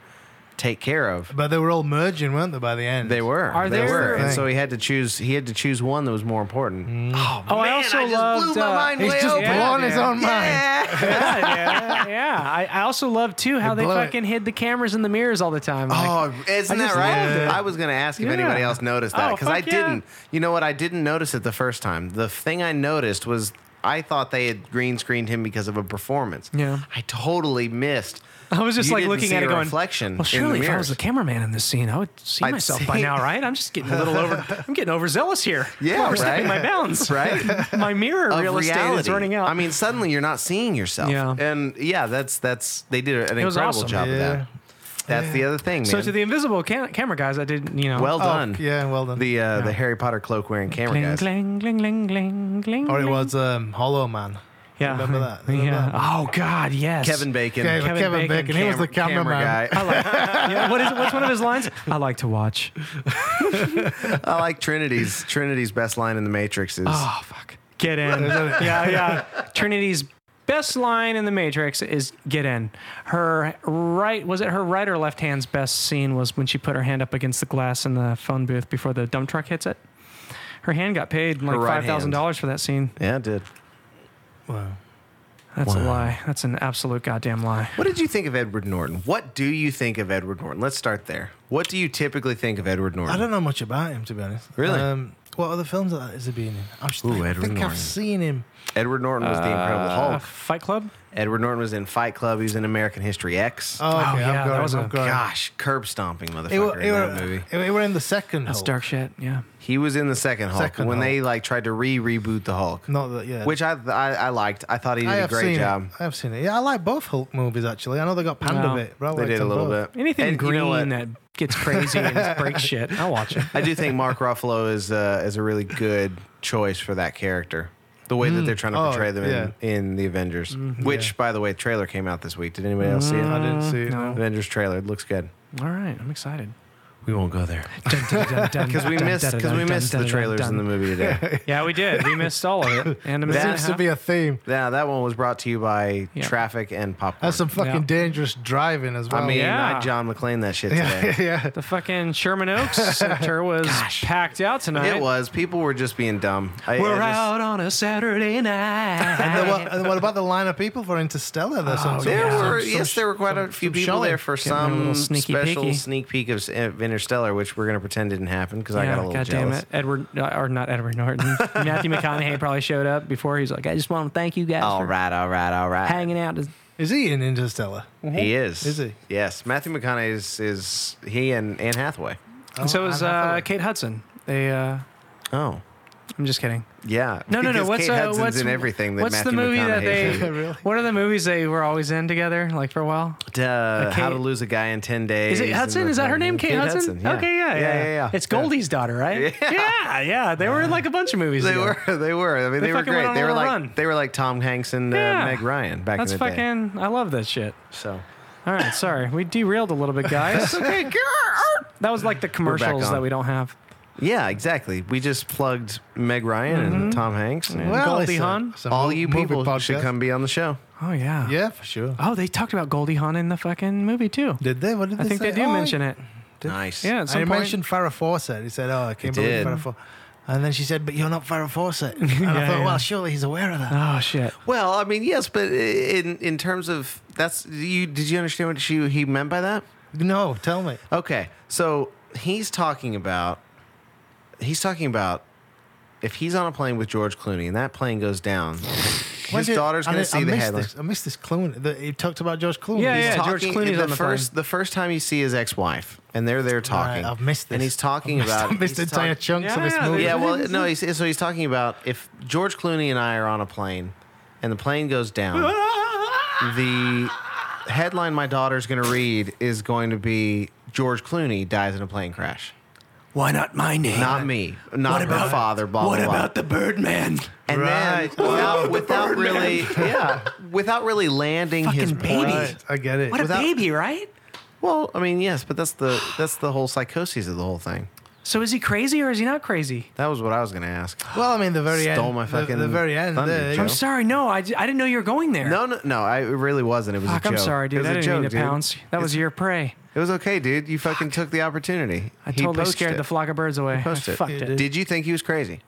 take care of. But they were all merging, weren't they? By the end, They were. Are they there- were. And Thing. so he had to choose. He had to choose one that was more important. oh, I also loved. uh, He's just open. blowing his own mind. yeah, yeah, yeah. I, I also love too how they blew it. fucking hid the cameras in the mirrors all the time. Like, Oh, isn't that just right? loved it. I was going to ask if Yeah. anybody else noticed that Oh, because I fuck yeah. didn't. You know what? I didn't notice it the first time. The thing I noticed was I thought they had green screened him because of a performance. Yeah. I totally missed. I was just You like didn't looking see at a it going reflection Well, surely in the if I was mirrors. the cameraman in this scene, I would see I'd myself see- by now, right? I'm just getting a little over. I'm getting overzealous here. Yeah, I'm overstepping my right? bounds. right? My mirror Of real estate is reality. running out. I mean, suddenly you're not seeing yourself. Yeah. And yeah, that's that's they did an was incredible awesome. job of Yeah. that. That's the other thing, man. so to the invisible cam- camera guys, I did you know. well done. Oh, yeah, well done. The uh, the Harry Potter cloak wearing camera Gling, guys. gling, gling, gling, gling, gling, Or it gling. was um, Hollow Man. Yeah. remember that? Remember yeah. that? Oh God, yes. Kevin Bacon. Yeah, Kevin Kevin, Bacon, Bacon. He was the cameraman. camera I guy. like, yeah, what is what's one of his lines? I like to watch. I like Trinity's Trinity's best line in The Matrix is Ah. Oh fuck. Get in. yeah, yeah. Trinity's best line in the Matrix is get in. Her right was it her right or left hand's best scene was when she put her hand up against the glass in the phone booth before the dump truck hits it. Her hand got paid like Her right five thousand dollars for that scene. Yeah, it did. That's a lie. That's an absolute goddamn lie. What did you think of Edward Norton? What do you think of Edward Norton? Let's start there. What do you typically think of Edward Norton? I don't know much about him to be honest. Really? Um, what other films that is he been in? I'm just, Ooh, I Edward think Norton. I've seen him. Edward Norton was the Incredible Uh, Hulk. Fight Club. Edward Norton was in Fight Club. He was in American History X. Oh, okay, I've yeah, got that him, was a- I've got him. Gosh, curb stomping It motherfucker were, it, in that were, movie. it, were in the second That's Hulk. dark shit. Yeah. He was in the second Hulk Second when they like tried to re reboot the Hulk, Not that, yeah. which I, I I liked. I thought he did I a have great seen job. It. I have seen it. Yeah, I like both Hulk movies actually. I know they got panned No. a bit, but I They liked did a them little both. bit. Anything And you green know what? that gets crazy and breaks shit, I'll watch it. I do think Mark Ruffalo is uh, is a really good choice for that character. The way that they're trying to Oh, portray them in, in the Avengers, which by the way, trailer came out this week. Did anybody else see it? I didn't see it. No. Avengers trailer. It looks good. All right, I'm excited. We won't go there Because because we missed because we missed the trailers in the movie today. Yeah, we did. We missed all of it. And a minute and a Seems to half. be a theme. Now that one was brought to you by Yeah. traffic and popcorn. That's some fucking Yeah. dangerous driving as well. I mean, Yeah. I John McClane that shit yeah, today. yeah. the fucking Sherman Oaks sector was packed out tonight. It was. People were just being dumb. I, I We're just- out on a Saturday And, then night. what, and what about the line of people for Interstellar? There's Oh, some- some- There some- were some yes, sh- there were quite a some- few some people showing. there for Getting a some little sneaky special peeky. sneak peek of, s- of Interstellar, which we're gonna pretend didn't happen because I Yeah, got a little God damn jealous. it. Edward, uh, or not Edward Norton. Matthew McConaughey probably showed up before. He's like, I just want to thank you guys All for right, all right, all right. hanging out. Is he in Interstellar? Mm. He is. Is he? Yes, Matthew McConaughey is, is he and Anne Hathaway. and so was I- I thought uh, it- Kate Hudson. They, uh, Oh, I'm just kidding. yeah. No, no, no. Because What's Kate uh, Hudson's what's in everything that what's Matthew the movie that McConaughey's they? in. Really? What are the movies they were always in together, like for a while? Uh, How Kate- to Lose a Guy in Ten Days. Is it and Hudson? the- Is that her name? Kate, Hudson. yeah. Okay, yeah, yeah, yeah, yeah. yeah. It's Goldie's daughter, right? Yeah, yeah. They were in like a bunch of movies. They together. were, they were. I mean, They they, were fucking went great. on They a were little like, run. they were like Tom Hanks and uh, Yeah. Meg Ryan back That's in the day. fucking. I love that shit. So All right, sorry, we derailed a little bit, guys. okay, girl. that was like the commercials on. that we don't have. Yeah, exactly. We just plugged Meg Ryan and Tom Hanks. and Well, Goldie it's a- Hawn? it's a all mo- you movie people should podcast. come be on the show. Oh yeah. Yeah, for sure. Oh, they talked about Goldie Hawn in the fucking movie too. Did they? What did I they think say? they do Oh, mention it. Nice. Yeah, at I some point. mentioned Farrah Fawcett. He said, "Oh, I can't He believe did. Farrah Fawcett." And then she said, "But you're not Farrah Fawcett." And I Yeah, thought, yeah. "Well, surely he's aware of that." Oh shit. Well, I mean, yes, but i- in in terms of that's you. Did you understand what she he meant by that? No, tell me. Okay, so he's talking about he's talking about if he's on a plane with George Clooney and that plane goes down, When his did- daughter's I going to did- see I the missed headline. This, I missed this Clooney. The, he talked about George Clooney. Yeah, He's yeah. talking- George Clooney's the on the first the first time you see his ex-wife and they're there talking. I've missed this. And he's talking I about missed he's entire talk- chunks of this Yeah, movie. Yeah, well, no, he's, so he's talking about if George Clooney and I are on a plane and the plane goes down, the headline my daughter's going to read is going to be George Clooney dies in a plane crash. Why not my name? Not me, not what her about father, blah, What blah, blah. about the Birdman? and Right. then without, without really, yeah, without really landing his Fucking baby. point. Right, I get it. What Without- a baby, right? Well, I mean, yes, but that's the that's the whole psychoses of the whole thing. So is he crazy or is he not crazy? That was what I was going to ask. well, I mean, the very Stole end. my the- fucking the, very end. thunder, there, Joe. I'm sorry. No, I, j- I didn't know you were going there. No, no, no. I, it really wasn't. It was a Fuck, joke. I'm sorry, It dude. was I a didn't joke, mean to dude. pounce. That was your prey. It was okay, dude. You fucking took the opportunity. I He totally poached scared it. the flock of birds away. I Poached it. fucked it. Did you think he was crazy?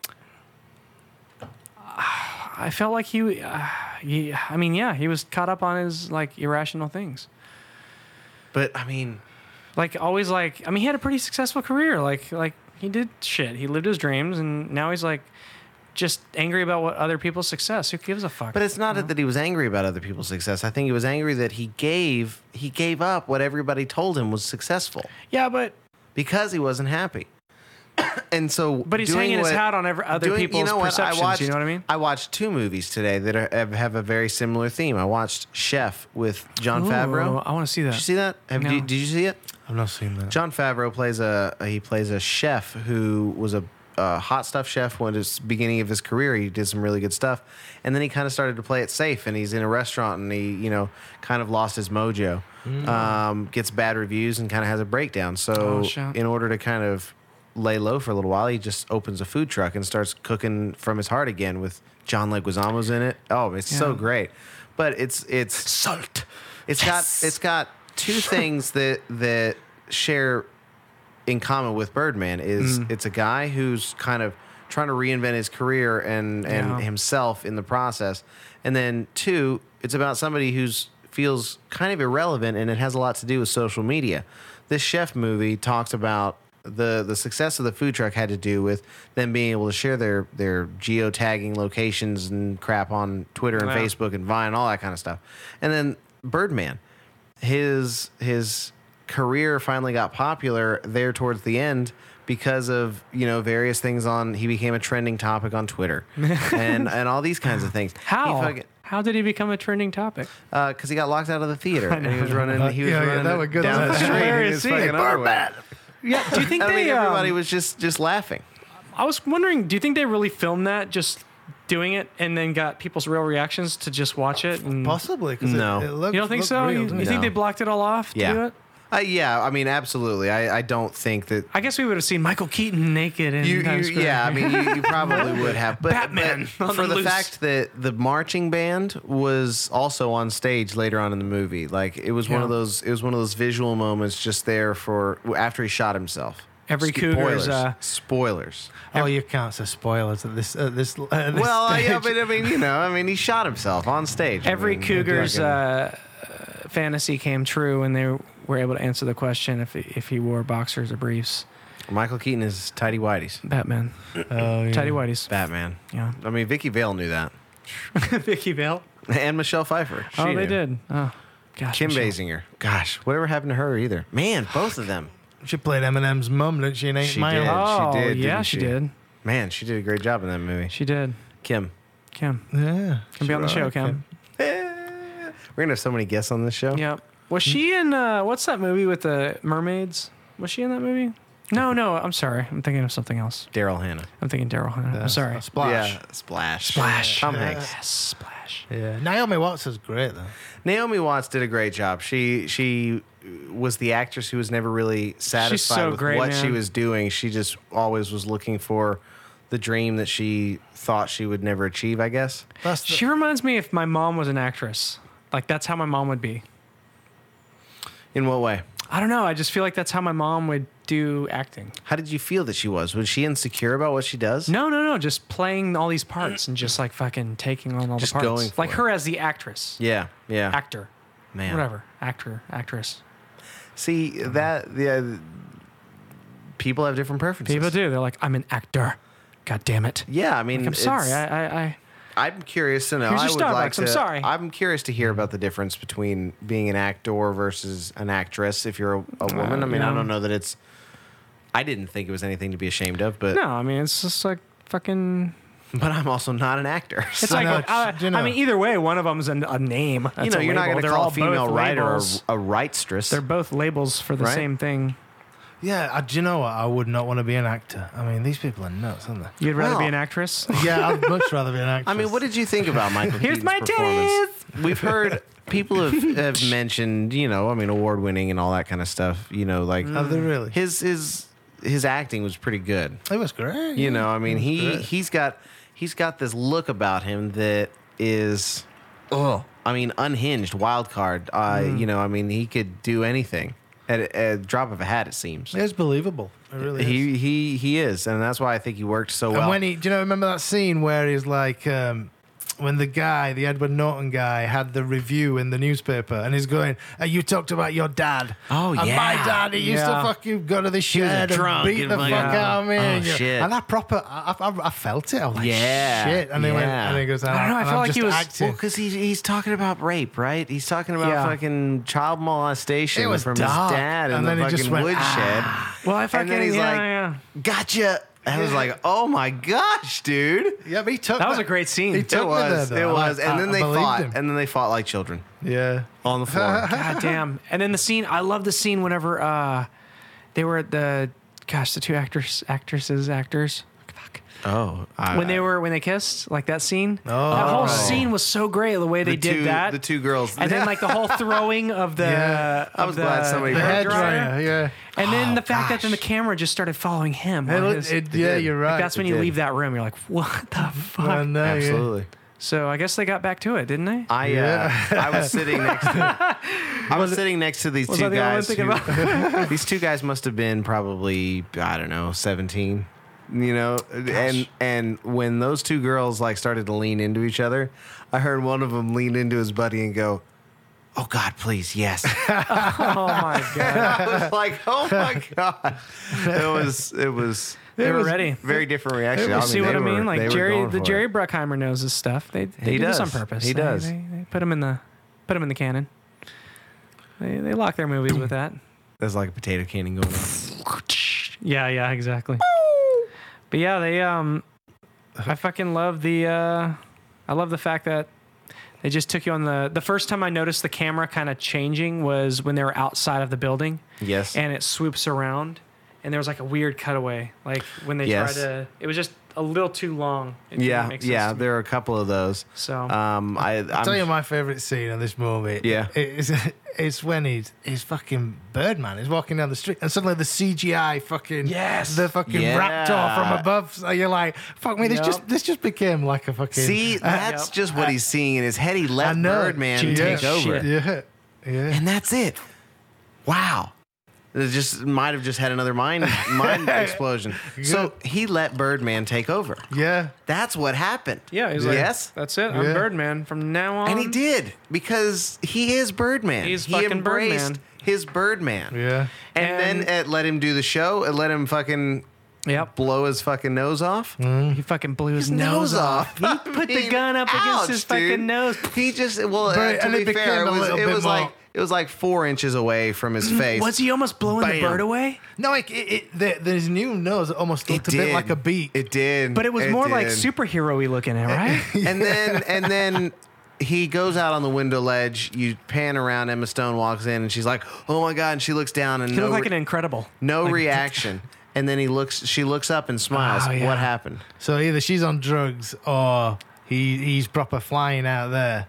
I felt like he, uh, he, I mean, yeah, he was caught up on his like irrational things. But I mean, Like always, like I mean, he had a pretty successful career. Like like he did shit. He lived his dreams, and now he's like just angry about what other people's success. Who gives a fuck? but it's not that he was angry about other people's success. I think he was angry that he gave he gave up what everybody told him was successful yeah, but because he wasn't happy. and so, but he's doing hanging what- his hat on every, other doing- people's perceptions. you know what I mean? I watched two movies today that are, have, have a very similar theme. I watched Chef with John Ooh, Favreau. I want to see that. Did you see that? Have No. you, did you see it? I've not seen that. John Favreau plays a he plays a chef who was a, a hot stuff chef when his beginning of his career. He did some really good stuff, and then he kind of started to play it safe. And he's in a restaurant, and he you know kind of lost his mojo, um, gets bad reviews, and kind of has a breakdown. So Mm. Oh, shit. in order to kind of lay low for a little while, he just opens a food truck and starts cooking from his heart again with John Leguizamo's in it. Oh, it's so Yeah. great, but it's it's Salt. it's got it's got two things that that share in common with Birdman is Mm. it's a guy who's kind of trying to reinvent his career and and Yeah. himself in the process. And then two, it's about somebody who's feels kind of irrelevant and it has a lot to do with social media. This chef movie talks about the the success of the food truck had to do with them being able to share their their geotagging locations and crap on Twitter and Wow. Facebook and Vine, all that kind of stuff. And then Birdman, his his career finally got popular there towards the end because of you know various things on he became a trending topic on Twitter and and all these kinds of things. How? Because he, fucking- How did he become a trending topic? uh, 'cause he got locked out of the theater and he was running he was Yeah, yeah, running that was good. down the That's street. and he hilarious was scene. fucking underwear. Yeah, do you think I they? mean, um, everybody was just just laughing. I was wondering, do you think they really filmed that just doing it and then got people's real reactions to just watch it? And Possibly because No. it, it looked, you don't think looked so? real, you didn't you it? think they blocked it all off to Yeah. do it? Uh, yeah, I mean, absolutely. I, I don't think that I guess we would have seen Michael Keaton naked in you, Times you Square. yeah, I mean, you, you probably would have. But, Batman but on for the the, loose. fact that the marching band was also on stage later on in the movie, like it was one of Yeah. those, it was one of those visual moments just there for after he shot himself. Every Spo- cougar is, spoilers. uh, spoilers. Oh, you can't say spoilers at this at this. At this Well, I, stage. yeah, but I mean, you know, I mean, he shot himself on stage. I every mean, cougar's fucking- uh, uh, fantasy came true when they were able to answer the question if if he wore boxers or briefs. Michael Keaton is tidy whities. Batman, Mm. Oh, yeah. tidy whities, Batman. Yeah. I mean, Vicky Vale knew that, Vicky Vale. and Michelle Pfeiffer. She Oh, they knew. did. Oh, gosh. Kim Michelle. Basinger. Gosh, whatever happened to her either? Man, both of them. She played Eminem's mum, didn't she? In Eight She Mile. did. Oh, did, yeah, didn't she she? did. Man, she did a great job in that movie. She did. Kim. Kim, Yeah. can be on the show, Kim. We're gonna have so many guests on this show. Yep. Was she in uh, what's that movie with the mermaids? Was she in that movie? No, no. I'm sorry. I'm thinking of something else. Daryl Hannah. I'm thinking Daryl Hannah. I'm sorry. A splash. Yeah. Splash. Splash. Uh, Tom Hanks. Yes, Splash. Yeah. Naomi Watts is great though. Naomi Watts did a great job. She she was the actress who was never really satisfied so with great, what she man. was doing. She just always was looking for the dream that she thought she would never achieve, I guess. That's the, She reminds me if my mom was an actress. Like that's how my mom would be. In what way? I don't know. I just feel like that's how my mom would do acting. How did you feel that she was? Was she insecure about what she does? No, no, no. Just playing all these parts and just like fucking taking on all Just the parts. going for like it. her as the actress, Yeah, yeah. actor, Man. whatever, Mm-hmm. actor, actress. See that the people have different preferences. People do. They're like, I'm an actor. God damn it. Yeah, I mean, I'm sorry. it's- I, I, I, I'm curious to know. Here's I your would like Starbucks. to, I'm sorry. I'm curious to hear about the difference between being an actor versus an actress. If you're a, a woman, I mean, I Oh, yeah. don't know that it's. I didn't think it was anything to be ashamed of, but no, I mean, it's just like fucking. but I'm also not an actor. It's So, like, no, uh, it's- you know. I mean, either way, one of them's an, a name. you That's know, a you're not label. going to They're call all a female both writer a, labels. a rightstress. They're both labels for the Right? same thing. yeah. I, do you know what? I would not want to be an actor. I mean, these people are nuts, aren't they? You'd rather be Well- an actress? Yeah, I'd much rather be an actor. I mean, what did you think about Michael Here's Keaton's my performance? We've heard people have, have mentioned, you know, I mean, award winning and all that kind of stuff. You know, like Oh, Have they really? his his his acting was pretty good. It was great. You know, I mean, he Correct. he's got he's got this look about him that is, oh, I mean, unhinged, wild card. Uh, Hmm. You know, I mean, he could do anything at a, a drop of a hat. It seems It's believable. It really is. he he he is, and that's why I think he worked so well. And when he, do you know, remember that scene where he's like, um, when the guy, the Edward Norton guy, had the review in the newspaper, and he's going, "Uh, "You talked about your dad. Oh, and yeah. my dad. He used Yeah. to fucking go to the shed and drunk beat and the fuck fucking- out of me. Oh, and, you- shit. and I proper, I, I, I felt it. I was like, Yeah. shit. And he went, Yeah. and he goes, don't know, I felt and I'm like just he was- well, acting. because he's, he's talking about rape, right? He's talking about Yeah. fucking child molestation It was from dark. his dad in And the then he fucking just went, "Ah." woodshed. well, I fucking. and then he's yeah, like, yeah. "Gotcha!" I was like, "Oh my gosh, dude!" yeah, but he took That was a great scene. He It took it me was. there, it though. was. I- and I- then I they believed fought. him. And then they fought like children yeah, on the floor. God damn. And then the scene, I love the scene whenever uh, they were at the, gosh, the two actors, actresses, actors. Fuck. oh, When they were when they kissed, like that scene. Oh, that whole scene was so great. The way they The did two- that. the two girls. and then like the whole throwing of the. Yeah. of I was glad the somebody the Hair hair dryer. dryer. Yeah, And Oh, then the fact that then the camera just started following him. It on looked- his- it- yeah, did. you're like, right. that's when it you did. leave that room. You're like, what the fuck? I know, yeah. absolutely. So I guess they got back to it, didn't they? I uh, I was sitting next to I was sitting next to these Was I two the only one guys. thinking who- about these two guys must have been probably I don't know seventeen, you know. And and when those two girls like started to lean into each other, I heard one of them lean into his buddy and go, "Oh God, please, yes." Oh my god, I was like, "Oh my God!" It was it was they were ready. very different reaction. You see they what I were- mean? they Like were Jerry, going the for Jerry it. Bruckheimer knows his stuff. They, they He do this on does. purpose. He They- does. They, they put him in the put him in the cannon. They, they lock their movies with that. There's like a potato cannon going on. Yeah, yeah, exactly. But yeah, they um I fucking love the uh I love the fact that they just took you on the the first time I noticed the camera kind of changing was when they were outside of the building Yes. and it swoops around and there was like a weird cutaway like when they Yes. try to it was just a little too long. It didn't Yeah, make sense yeah, to me. there are a couple of those. So- um, I I'll I'm- tell you my favorite scene of this movie. Yeah. It's, it's when he's, he's fucking Birdman is walking down the street and suddenly the CGI fucking, Yes. the fucking Yeah. raptor from above. So you're like, fuck me, this Yup. just this just became like a fucking. see, that's Yep. just what he's seeing in his head. He I let know. Birdman Yeah. take over, Shit. Yeah. Yeah. and that's it. Wow, it just might have just had another mind mind explosion. So he let Birdman take over. Yeah. That's what happened. yeah, he's like, yes, that's it. I'm Yeah. Birdman from now on. and he did because he is Birdman. He's he fucking embraced Birdman. his Birdman. Yeah. And, And- then it let him do the show. It let him fucking Yep. blow his fucking nose off. He fucking blew his, nose, off. He put the gun up against his fucking nose. He just well, But- uh, to and be it became fair, it a was, little it bit was more- like it was like four inches away from his face. Mm-hmm. Was he almost blowing the Bam. bird away? No, like it, it, the, the, his new nose almost It looked a bit like a beak. It did, But it was more like did. superhero-y looking, right? And then and then. He goes out on the window ledge. You pan around. Emma Stone walks in, and she's like, "Oh my god!" And she looks down, and He no, looked like re- an incredible. no reaction. And then he looks. She looks up and smiles. Oh, yeah. What happened? so either she's on drugs or he, he's proper flying out there.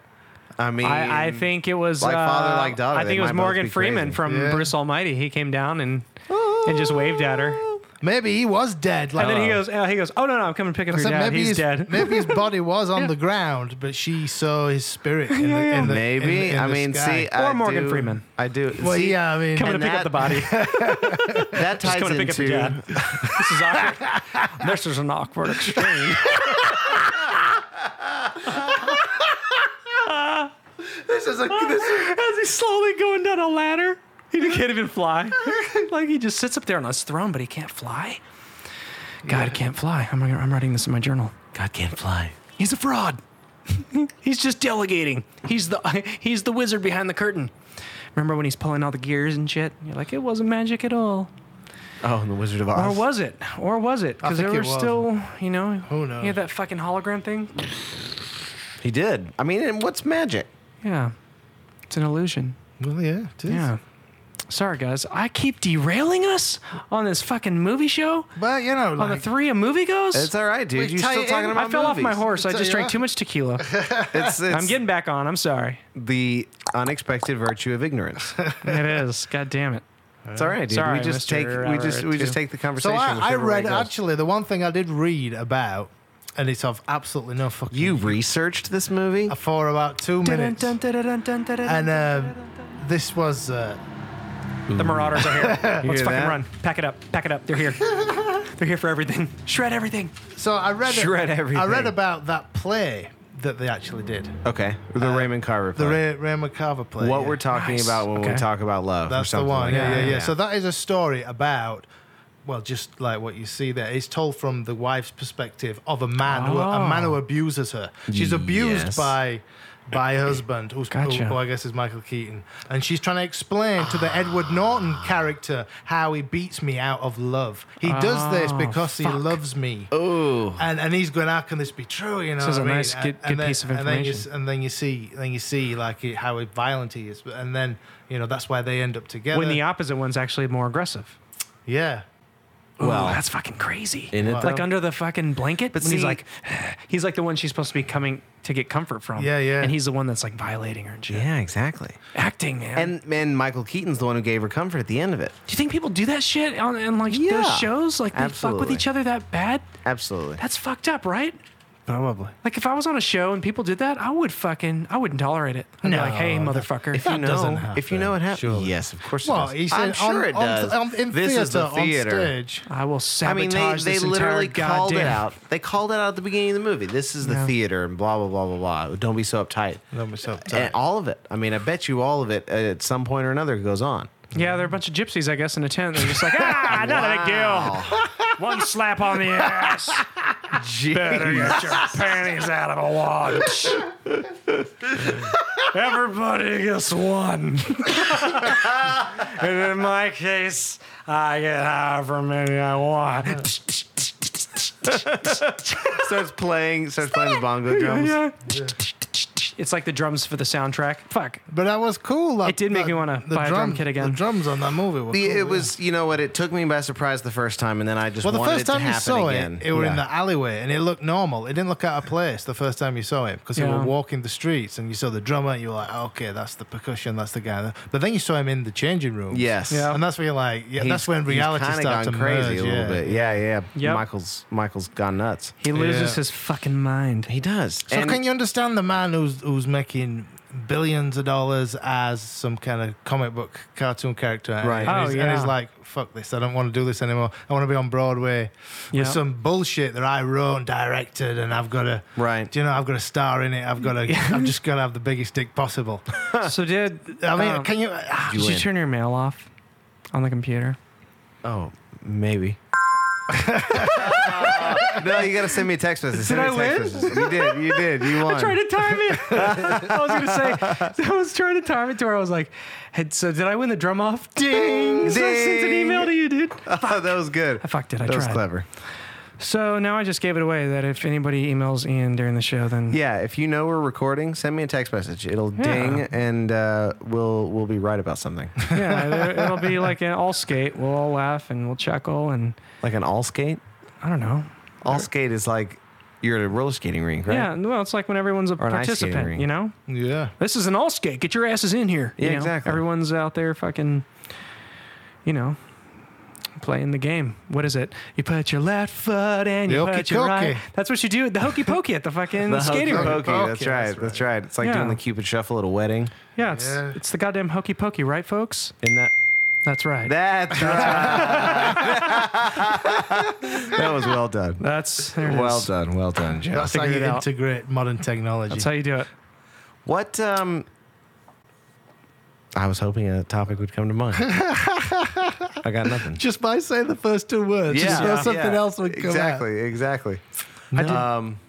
I mean, I, I think it was Like uh, father, like daughter, I they think it was might both Morgan be Freeman crazy. from Yeah. Bruce Almighty. He came down and and just waved at her, Maybe he was dead. Like, and then he goes, uh, he goes, oh no no, I'm coming to pick up your So dad. He's his, dead. maybe his body was on the ground, but she saw his spirit. In the, in the, Maybe. in the- in I the mean, sky. see, uh, I Morgan do- Freeman. I do. well, see, yeah, I mean, coming to pick and up that- the body. that ties coming to pick up into. your dad. this is awkward. this is an awkward exchange. this is a this, As he's slowly going down a ladder, he can't even fly. like he just sits up there on his throne, but he can't fly. God can't fly. I'm, I'm writing this in my journal. God can't fly. He's a fraud. he's just delegating. He's the he's the wizard behind the curtain. Remember when he's pulling all the gears and shit? You're like, it wasn't magic at all, Oh, and the Wizard of Oz. or was it? Or was it? Because think there it were was. still, you know, Who knows? You had that fucking hologram thing. He did. I mean, and what's magic? Yeah, it's an illusion. well, yeah, it is. Yeah. Sorry, guys. I keep derailing us on this fucking movie show. But you know, on the like, three of movie goes. It's all right, dude. Wait, You're tie still it talking in. about I fell off my movies. horse. I just you drank what. too much tequila. It's, it's I'm getting back on. I'm sorry. the unexpected virtue of ignorance. It is. God damn it. It's all right, dude. Sorry, we just Mr. take we just we Robert, just too. take the so conversation. I, I whichever way read it goes. actually the one thing I did read about, and it's of absolutely no fucking You researched this movie? for about two minutes, and um, this was uh, The Marauders are here. Let's hear fucking that? run. Pack it up. Pack it up. They're here. They're here for everything. Shred everything. so I read Shred I everything. read about that play that they actually did, Okay, Uh, the Raymond Carver. the play. Ray, Ray McCarver play. what yeah. we're talking Nice. about when Okay. we talk about love. or That's the something one. like yeah, that. yeah, yeah, So that is a story about, well, just like what you see there. It's told from the wife's perspective of a man who a man Oh. who abuses her. She's abused Yes. by by her husband, who's, Gotcha. who, who I guess is Michael Keaton, and she's trying to explain to the Edward Norton Ah. character how he beats me out of love. He does Oh, this because he loves me. Ooh. And, and he's going, how can this be true? You know, This is a what I mean? nice, good- And- and good then- piece of and then you s- information. And then you see, then you see like it- how violent he is, and then you know that's why they end up together. When the opposite one's actually more aggressive. yeah, Well, that's fucking crazy. Oh. Isn't it, like though? under the fucking blanket. But he's see- like, he's like the one she's supposed to be coming to get comfort from. Yeah, yeah. And he's the one that's like violating her and shit. Yeah, exactly. Acting, man. And and Michael Keaton's the one who gave her comfort at the end of it. do you think people do that shit on, on like Yeah. those shows? Like they fuck with Absolutely. each other that bad? Absolutely. That's fucked up, right? probably. Like if I was on a show and people did that, I would fucking, I wouldn't tolerate it. I'd be like, hey, No, motherfucker. if you know, doesn't happen, if you know it happens, surely. yes, of course. Well, it does. he said I'm sure on, it does. On, on, in this theater, is the theater. on stage. I will I mean, sabotage they, they this literally entire called goddamn- it out. They called it out at the beginning of the movie. This is the Yeah. theater and blah blah blah blah blah. Don't be so uptight. Don't be so uptight. And all of it. I mean, I bet you all of it uh, at some point or another goes on. Yeah, they're a bunch of gypsies, I guess, in a tent. They're just like, ah, not a big deal. One slap on the ass. Better get your panties out of a watch. Everybody gets one. and in my case, I get however many I want. starts playing, starts playing the bongo drums. Yeah. It's like the drums for the soundtrack. Fuck. But that was cool. That, It did make that- me wanna the buy a drum kit again. The drums on that movie were The, cool, it was, you know what? It took me by surprise the first time, and then I just Well, the wanted first it to time you happen saw again. it, it were in Yeah. the alleyway, and it looked normal. It didn't look out of place the first time you saw it because you Yeah. were walking the streets and you saw the drummer, and you were like, "Okay, that's the percussion, that's the guy." But then you saw him in the changing room. Yes. Yeah. and that's where you're like, "Yeah." He's- that's when he's reality kinda starts gone to crazy merge, a little yeah. bit. Yeah, yeah. Yep. Michael's Michael's gone nuts. He loses Yeah. his fucking mind. He does. So And- can you understand the man who's who's making billions of dollars as some kind of comic book cartoon character, and- Right. And, Oh, he's, and he's yeah. like, "Fuck this! I don't want to do this anymore. I want to be on Broadway Yeah. with some bullshit that I wrote and directed, and I've got to, Right. Do you know, I've got to star in it. I've got to, I've just got to have the biggest dick possible. so did I mean, um, can you? ah, did you turn your mail off on the computer? Oh, maybe. no, you gotta send me a text message. Send Did I me a win? text message. You did. You did. You won. I tried to time it. I was gonna say I was trying to time it to where I was like, hey, so did I win the drum off? Ding! So I sent an Ding. email to you, dude. Oh, that was good. I fucked it. I that was tried. clever. So now I just gave it away that if anybody emails Ian during the show, then Yeah, if you know we're recording, send me a text message. It'll Yeah. ding, and uh, we'll we'll be right about something, yeah, there- it'll be like an all skate. We'll all laugh and we'll chuckle and like an all skate. I don't know. All skate is like you're at a roller skating rink, right? Yeah, well, it's like when everyone's a Or an ice skating participant, rink. you know. yeah. This is an all skate. Get your asses in here. you Yeah, know? exactly. Everyone's out there fucking, you know, playing the game. What is it? You put your left foot and you The put your okey-dokey. right. That's what you do. at The hokey pokey at the fucking The hokey skating rink. pokey. Okay, That's that's right. That's right. It's like Yeah. doing the cupid shuffle at a wedding. Yeah, it's Yeah. it's the goddamn hokey pokey, right, folks? In that. That's right. That's right. that was well done. That's there it is. Well done, well done, Joe. That's how figured you it out. integrate modern technology. That's how you do it. What um I was hoping a topic would come to mind. I got nothing. just by saying the first two words, just know something else would come out. Exactly, exactly. Um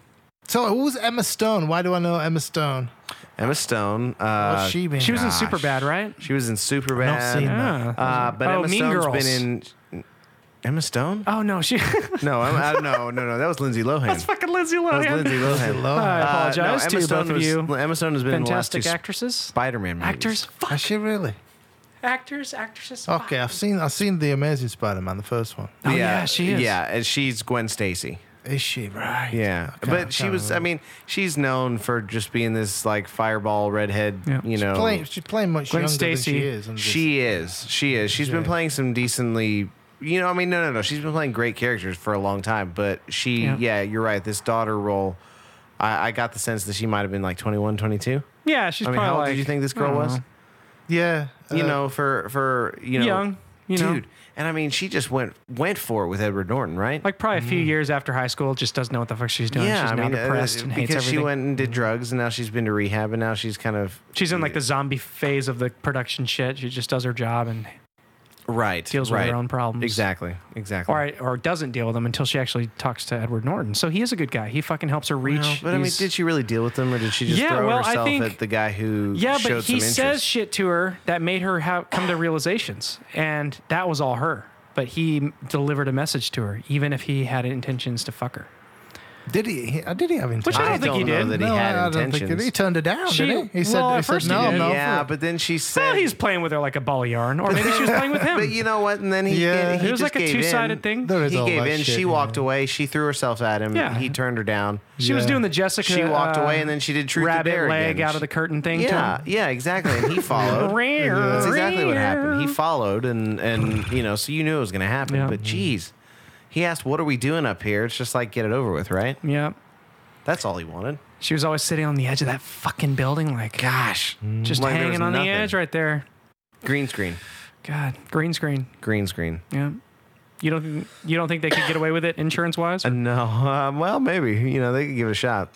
So who's Emma Stone? Why do I know Emma Stone? Emma Stone. Uh, What's she been? She was in Ah, super bad, right? She was in Superbad. Not seen that. Yeah. Uh, but oh, Emma Mean Stone's Girls. been in. Emma Stone? Oh no, she. that's No, I'm, I, no, no, no. That was Lindsay Lohan. fucking Lindsay that Oh, was Lohan. Lindsay Lohan. Lohan. I Uh, apologize no, Emma to both Stone of was- you. Emma Stone has been Fantastic in the last two actresses, Spider-Man movies. actors, fuck, Has she really? actors, actresses. fuck. Okay, I've seen I've seen the Amazing Spider-Man, the first one. Oh, yeah, she is. Yeah, and she's Gwen Stacy. Is she right? Yeah, Okay, but she okay. was. I mean, she's known for just being this like fireball redhead. Yeah. You know, playing. She's playing much Oh. Gwen younger Stacy. than she is. and just- she is. She is. She's been Yeah. playing some decently. You know, I mean, no, no, no. She's been playing great characters for a long time, but she, Yeah. yeah, you're right. This daughter role, I, I got the sense that she might have been like 21, 22. Yeah, she's I mean, probably. how old like, did you think this I girl don't was? know, yeah, you uh, know, for for you know, young, you know, dude. And I mean, she just went went for it with Edward Norton, right? like probably a Mm. few years after high school, just doesn't know what the fuck she's doing. she's now uh, depressed and hates because everything. she went and did drugs, and now she's been to rehab, and now she's kind of she's in like the zombie phase of the production shit. She just does her job and right deals with right. her own problems. Exactly, exactly. Or, or doesn't deal with them until she actually talks to Edward Norton. So he is a good guy. He fucking helps her reach. Well, but I mean, these- did she really deal with them, or did she just Yeah, throw well, I herself think- at the guy who? Yeah, showed but some he interest? says shit to her that made her ha- come to realizations, and that was all her. But he m- delivered a message to her, even if he had intentions to fuck her. did he? he- uh, Did he have intentions? I don't think he know did. that he no, had I, I don't intentions. think he, he turned it down. She- did he? He well, said, at he first said he no, did. no. yeah, for- but then she said, Well, he's playing with her like a ball of yarn, or maybe she was playing with him. but you know what? And then he Yeah. he it was just like a gave two-sided in. thing. There is He all gave that in. shit, she yeah. walked away. She threw herself at him. Yeah. He turned her down. She was Yeah. doing the Jessica. She walked uh, away, and then she did truth or dare rabbit leg again. out of the curtain thing. Yeah, To him. yeah, exactly. And he followed. That's exactly what happened. He followed, and and you know, so you knew it was going to happen. Yeah. But geez, he asked, "What are we doing up here?" It's just like get it over with, right? yeah. That's all he wanted. She was always sitting on the edge of that fucking building, like Gosh, just Like there was hanging on nothing. the edge right there. Green screen, God, green screen. green screen. Yeah. You don't you don't think they could get away with it insurance wise? Uh, no, um, well, maybe you know they could give it a shot.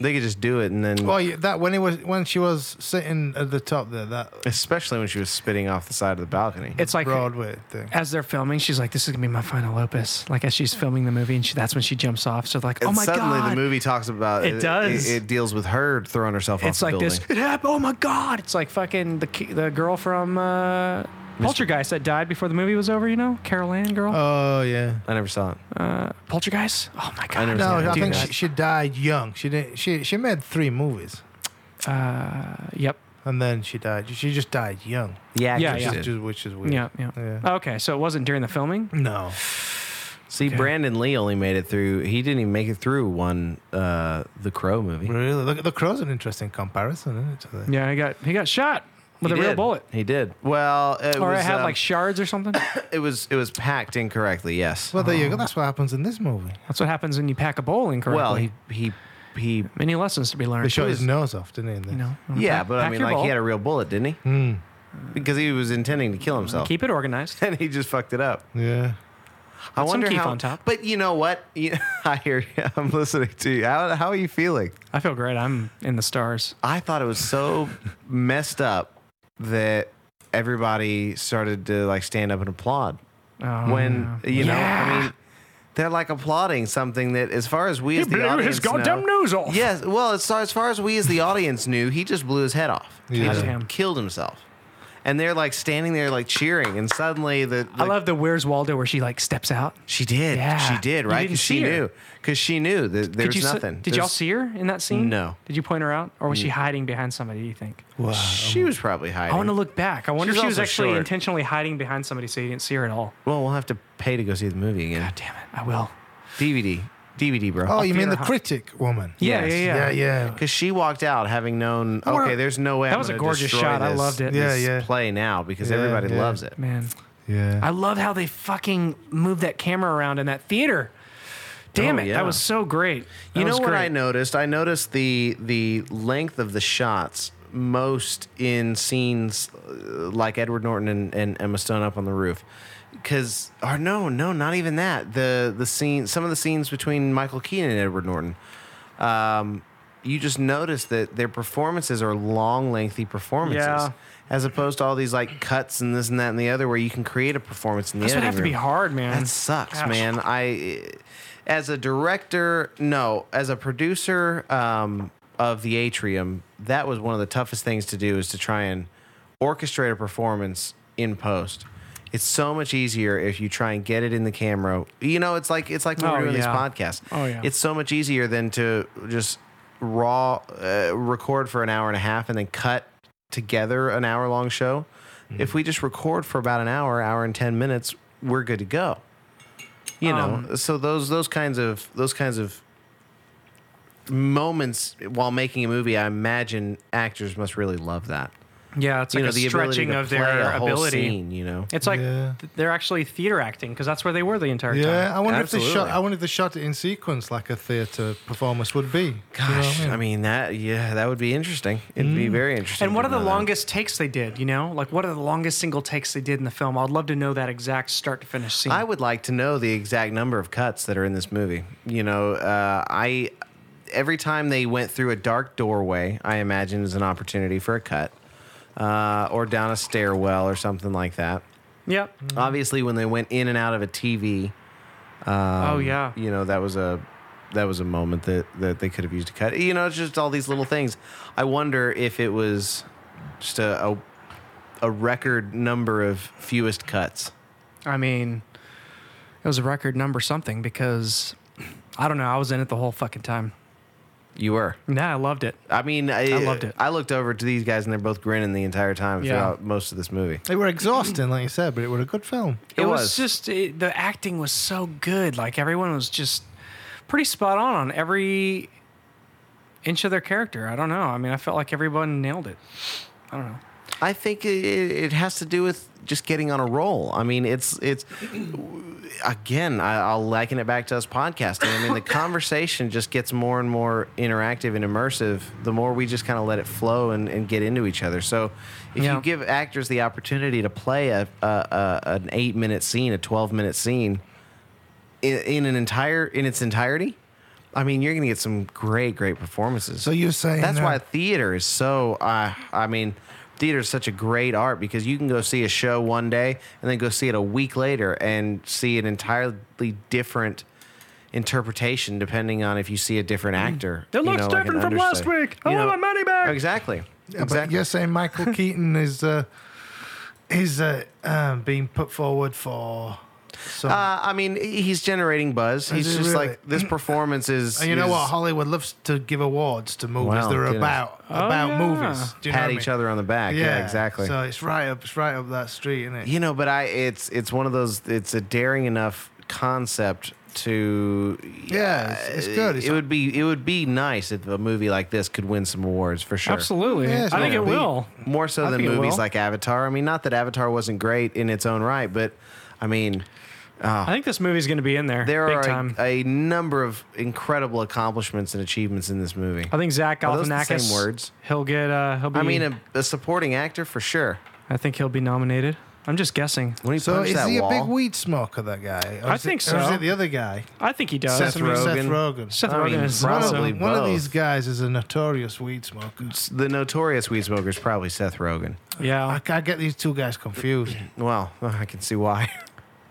They could just do it, and then Well, yeah, that when he was when she was sitting at the top there, that especially when she was spitting off the side of the balcony. It's like Broadway thing. as they're filming, she's like, "This is gonna be my final opus." Like as she's filming the movie, and she, that's when she jumps off. So like, oh And my suddenly god, the movie talks about It does. It, it deals with her throwing herself it's off like the building. this. It happened. Oh my god, it's like fucking the ki- the girl from uh, Poltergeist that died before the movie was over. You know, Carol Ann girl, Oh yeah. I never saw it. Poltergeist. Oh my god, never No, Yeah, I dude, think that- she, she died young. She did. She she made three movies. Yep. And then she died. She just died young, Yeah, Yeah, she yeah. which did. is, which is weird. Yeah. Yeah. Okay. So it wasn't during the filming. No. See, Brandon Lee only made it through. He didn't even make it through one uh, the Crow movie. Really? Look, the crow's an interesting comparison, isn't it? to the- Yeah. He got he got shot with He a real did. bullet. He did. Well, it Or was I had um, like shards or something. it was it was packed incorrectly. Yes. Well, there you go. That's what happens in this movie. That's what happens when you pack a bowl incorrectly. Well, he he he. many lessons to be They learned. shot his You nose off, didn't they? in this? know, Yeah, pack- but I pack mean, your like bowl. he had a real bullet, didn't he? Because he was intending to kill himself, keep it organized. and he just fucked it up. Yeah. I some wonder keef how. on top. But you know what? You, I hear you. I'm listening to you. How, how are you feeling? I feel great. I'm in the stars. I thought it was so messed up that everybody started to like stand up and applaud Oh, when you know. I Yeah. mean, they're like applauding something that, as far as we as the blew his audience goddamn know, nose off. Yes. Well, as far, as far as we as the audience knew, he just blew his head off. He Yeah. just Goddamn. killed himself. And they're like standing there, like cheering, and suddenly the, I love the Where's Waldo where she like steps out. she did Yeah. she did You right didn't because she see her. knew because she knew that there did you was s- nothing. Did y'all There's- see her in that scene? No. Did you point her out, or was she hiding behind somebody? Do you think? She was probably hiding. I want to look back. I wonder She's if she was also actually short. intentionally hiding behind somebody so you didn't see her at all. Well, we'll have to pay to go see the movie again. God damn it! I will. DVD, DVD, bro. Oh, you mean theater the hot. critic woman? Yeah, Yes. yeah, yeah. Yeah, yeah. Because she walked out having known, okay, there's no way. That I'm was a gonna gorgeous destroy shot. I this- loved it. Yeah, this yeah. Play now because Yeah, everybody yeah. loves it. Man, Yeah. I love how they fucking moved that camera around in that theater. Damn Oh, it, yeah. that was so great. That you know was what great. I noticed? I noticed the the length of the shots most in scenes uh, like Edward Norton and, and Emma Stone up on the roof. Cause or no, no, not even that. The the scene some of the scenes between Michael Keaton and Edward Norton. Um, you just notice that their performances are long, lengthy performances. Yeah. As opposed to all these like cuts and this and that and the other, where you can create a performance in the This would editing have to room. be hard, man. That sucks, Gosh. man. I, as a director, no, as a producer um, of the Atrium, that was one of the toughest things to do is to try and orchestrate a performance in post. It's so much easier if you try and get it in the camera. You know, it's like it's like when Oh, we're doing this yeah. podcast. Oh, yeah. It's so much easier than to just raw uh, record for an hour and a half and then cut together an hour long show. Mm-hmm. If we just record for about an hour, hour and 10 minutes, we're good to go. You Um, know, so those those kinds of those kinds of moments while making a movie, I imagine actors must really love that. Yeah, it's you like know, a stretching of their a whole ability. scene, you know. It's like Yeah. th- they're actually theater acting because that's where they were the entire Yeah, time. I wonder if they shot. Absolutely. I wonder if they shot it in sequence like a theatre performance would be. Do you know what Gosh, I mean that yeah, that would be interesting. It'd be very interesting. Mm-hmm. And to what are the know that. longest takes they did? You know, like what are the longest single takes they did in the film? I'd love to know that exact start to finish scene. I would like to know the exact number of cuts that are in this movie. You know, uh, I every time they went through a dark doorway, I imagine is an opportunity for a cut, uh, or down a stairwell or something like that. yep. Obviously, when they went in and out of a TV, oh yeah. you know that was a that was a moment that that they could have used to cut. You know, it's just all these little things. I wonder if it was just a a, a record number of fewest cuts. I mean, it was a record number something because I don't know. I was in it the whole fucking time. You were. Nah, I loved it. I mean, I, loved it. I looked over to these guys and they're both grinning the entire time Yeah. throughout most of this movie. They were exhausting, like you said, but it was a good film. It, It was, was. just it, the acting was so good. Like everyone was just pretty spot on on every inch of their character. I don't know. I mean, I felt like everyone nailed it. I don't know. I think it, it has to do with just getting on a roll. I mean, it's it's again, I, I'll liken it back to us podcasting. I mean, the conversation just gets more and more interactive and immersive the more we just kind of let it flow and, and get into each other. So, if Yeah. you give actors the opportunity to play a, a, a an eight minute scene, a twelve minute scene, in, in an entire in its entirety, I mean, you're going to get some great, great performances. So you're saying That's that- why theater is so. Uh, I mean, theater is such a great art because you can go see a show one day and then go see it a week later and see an entirely different interpretation depending on if you see a Mm. different actor. It you looks like an different from last understudy. week. I You want know, my money back. Exactly. Yeah, but exactly. you're saying Michael Keaton is uh, is uh, um, being put forward for So, Uh, I mean, he's generating buzz. He's he just really? like this performance is. and you know is what? Hollywood loves to give awards to movies Wow, that are goodness. about Oh, about yeah. movies. Do you know pat what I each mean? other on the back. Yeah, exactly. So it's right up, it's right up that street, isn't it? you know, but I it's it's one of those. It's a daring enough concept to. uh, Yeah, it's, it's good. It's it would be it would be nice if a movie like this could win some awards for sure. Absolutely. Yeah, it's I think it gonna be- will. More so than think it movies will. like Avatar. I mean, not that Avatar wasn't great in its own right, but I mean, I think this movie's going to be in there, Ah. there big are time. a, a number of incredible accomplishments and achievements in this movie. I think Zach Are those the Galifianakis. same words? He'll get. Uh, he'll be. I mean, um, a, a supporting actor for sure. I think he'll be nominated. I'm just guessing. When he so punched is that he wall, a big weed smoker? That guy? Or I is think it, Or is so. it the other guy? I think he does. Seth, I mean, Rogen. Seth Rogen. Rogen. Seth I mean, Rogen is probably also. One of, one of both. these guys is a notorious weed smoker. the notorious weed smoker is probably Seth Rogen. Yeah. I, I get these two guys confused. Well, I can see why.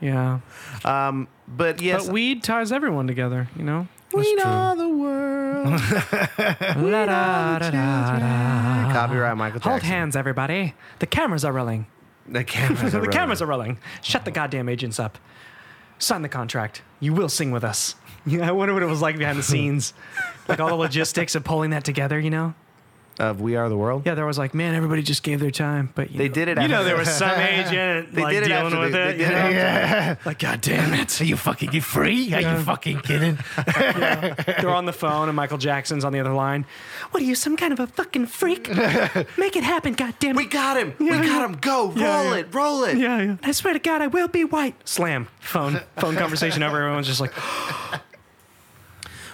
Yeah. Um, But yes, But weed ties everyone together, you know? we are the world. Copyright Michael Jackson. Hold hands, everybody. The cameras are rolling. The cameras. Are the rolling. cameras are rolling. Shut the goddamn agents up. Sign the contract. You will sing with us. Yeah, I wonder what it was like behind the scenes, like all the logistics of pulling that together. You know? of We Are the World. Yeah, there was like, man, everybody just gave their time, but you They know, did it You after know, there the- was some agent They like did it dealing after with they- it. they you did know? it. Yeah. Like, god damn it! Are you fucking you free? Are you fucking kidding? They're on the phone, and Michael Jackson's on the other line. What are you, some kind of a fucking freak? Make it happen, god damn it! We got him. we got him. Go. roll yeah. it. Roll it. Yeah, yeah. I swear to God, I will be white. Slam. Phone. Phone conversation over. Everyone's just like,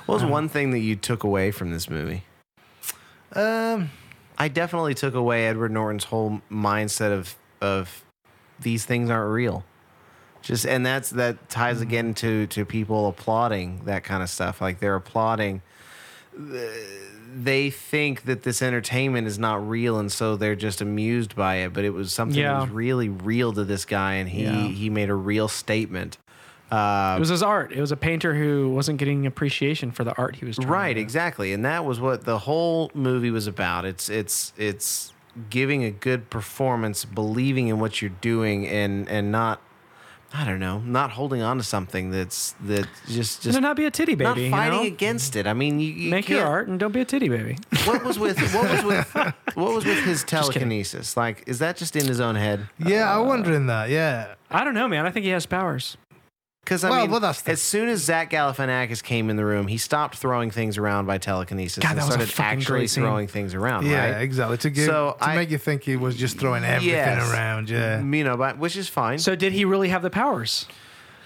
What was one thing that you took away from this movie? Um, I definitely took away Edward Norton's whole mindset of of these things aren't real. Just and that's that ties again to to people applauding that kind of stuff. Like they're applauding. uh, They think that this entertainment is not real, and so they're just amused by it. But it was something that Yeah. was really real to this guy, and he Yeah. he made a real statement. it was his art. It was a painter who wasn't getting appreciation for the art he was trying Right, to- exactly. And that was what the whole movie was about. It's it's it's giving a good performance, believing in what you're doing and and not I don't know, not holding on to something that's that just just No, not be a titty not baby. fighting you know? against it. I mean, you, you Make your can't- art and don't be a titty baby. What was with what was with what was with his telekinesis? Like is that just in his own head? yeah, I'm wondering that. Yeah, I don't know, man. I think he has powers. Because I Well, mean, well, that's the- as soon as Zach Galifianakis came in the room, he stopped throwing things around by telekinesis God, and that was a started fucking actually great scene. throwing things around. yeah, right? exactly. To give, So to I- make you think he was just throwing everything Yes. around. Yeah, you know, but which is fine. So did he really have the powers?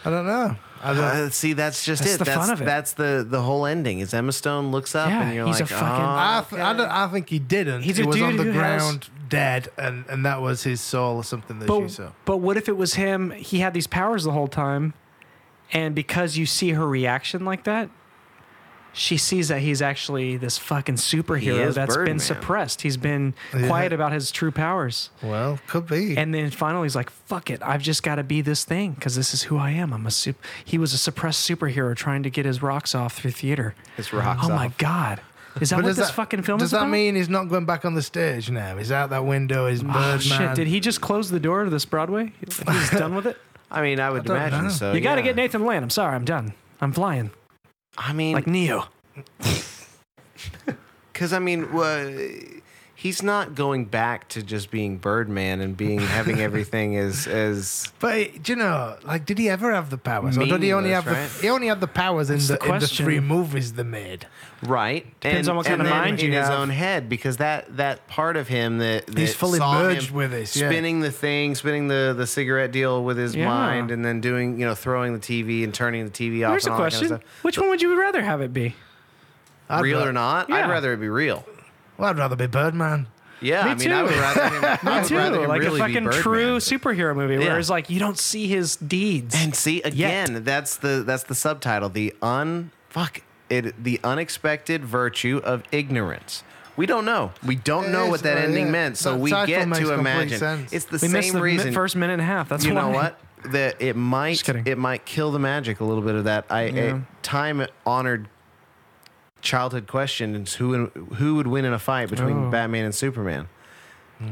I don't know. I don't. Uh, see, that's just That's it. the that's, fun of it. That's the the whole ending. Is Emma Stone looks up Yeah, and you're he's a like, fucking- "Oh." I, th- I, don't, I think he didn't. He's he a was on dude the who has- ground dead, and, and that was his soul or something that she But, saw. but what if it was him? He had these powers the whole time, and because you see her reaction like that, she sees that he's actually this fucking superhero is that's been Birdman. suppressed. He's been Yeah. quiet about his true powers. Well, could be. And then finally, he's like, "Fuck it! I've just got to be this thing because this is who I am. I'm a sup." He was a suppressed superhero trying to get his rocks off through theater. His rocks Oh my off. god! Is that But what does this that- fucking film does is that about? mean he's not going back on the stage now? He's out that window. He's Oh, Birdman. shit! Did he just close the door to this Broadway? He's done with it. I mean, I would don't imagine know. so. You got to Oh, yeah. get Nathan Lane. I'm sorry, I'm done. I'm flying I mean, like Neo. because I mean, wha- he's not going back to just being Birdman and being having everything as as But it- do you know, like, did he ever have the powers? Or did he only have Meaningless, the? He only had the powers in the, the in the question. three movies they made. right. Depends and, on what kind and of then mind in you his have. own head, because that that part of him that, that He's fully saw merged him with this, yeah. spinning the thing, spinning the the cigarette deal with his Yeah. mind, and then doing you know throwing the TV and turning the TV off. Here's a and all that kind of question: stuff. Which one would you rather have it be? I'd real ra- or not, I'd Yeah. rather it be real. Well, I'd rather be Birdman. Yeah, Me I mean, I would too. rather him. I would Too, rather him like really a fucking be Birdman. true superhero movie, Yeah. where it's like you don't see his deeds. And see again, that's the that's the subtitle. The un fuck it. The unexpected virtue of ignorance. We don't know. We don't know Yes, what that uh, ending yeah. meant, so That we title get makes to complete imagine. sense. It's the we missed same the mi- reason. first minute and a half. That's you know why. what? That it might kidding. it might kill the magic a little bit of that. I time honored childhood question is who who would win in a fight between Oh. Mm. Batman and Superman.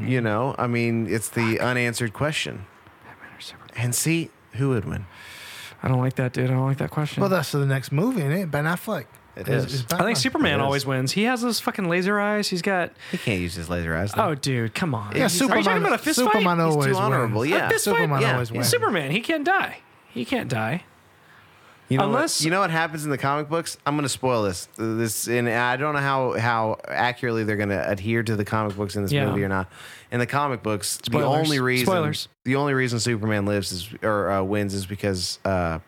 You know, I mean, it's the unanswered question. And see who would win. I don't like that, dude. I don't like that question. Well, that's the next movie, isn't it? Ben Affleck. It is. I think Ah, It Superman is. always wins. He has those fucking laser eyes. He's got. He can't use his laser eyes. though. Oh, dude, come on. Yeah, He's- Superman. Are you talking about a fist Superman fight? always too honorable. wins. Yeah. fist fight? Superman Yeah, always yeah. wins. Superman. He can't die. He can't die. You know, Unless- what, you know what happens in the comic books. I'm going to spoil this. This, and I don't know how how accurately they're going to adhere to the comic books in this Yeah. movie or not. In the comic books, the Spoilers. only reason Spoilers. the only reason Superman lives is or uh, wins is because uh,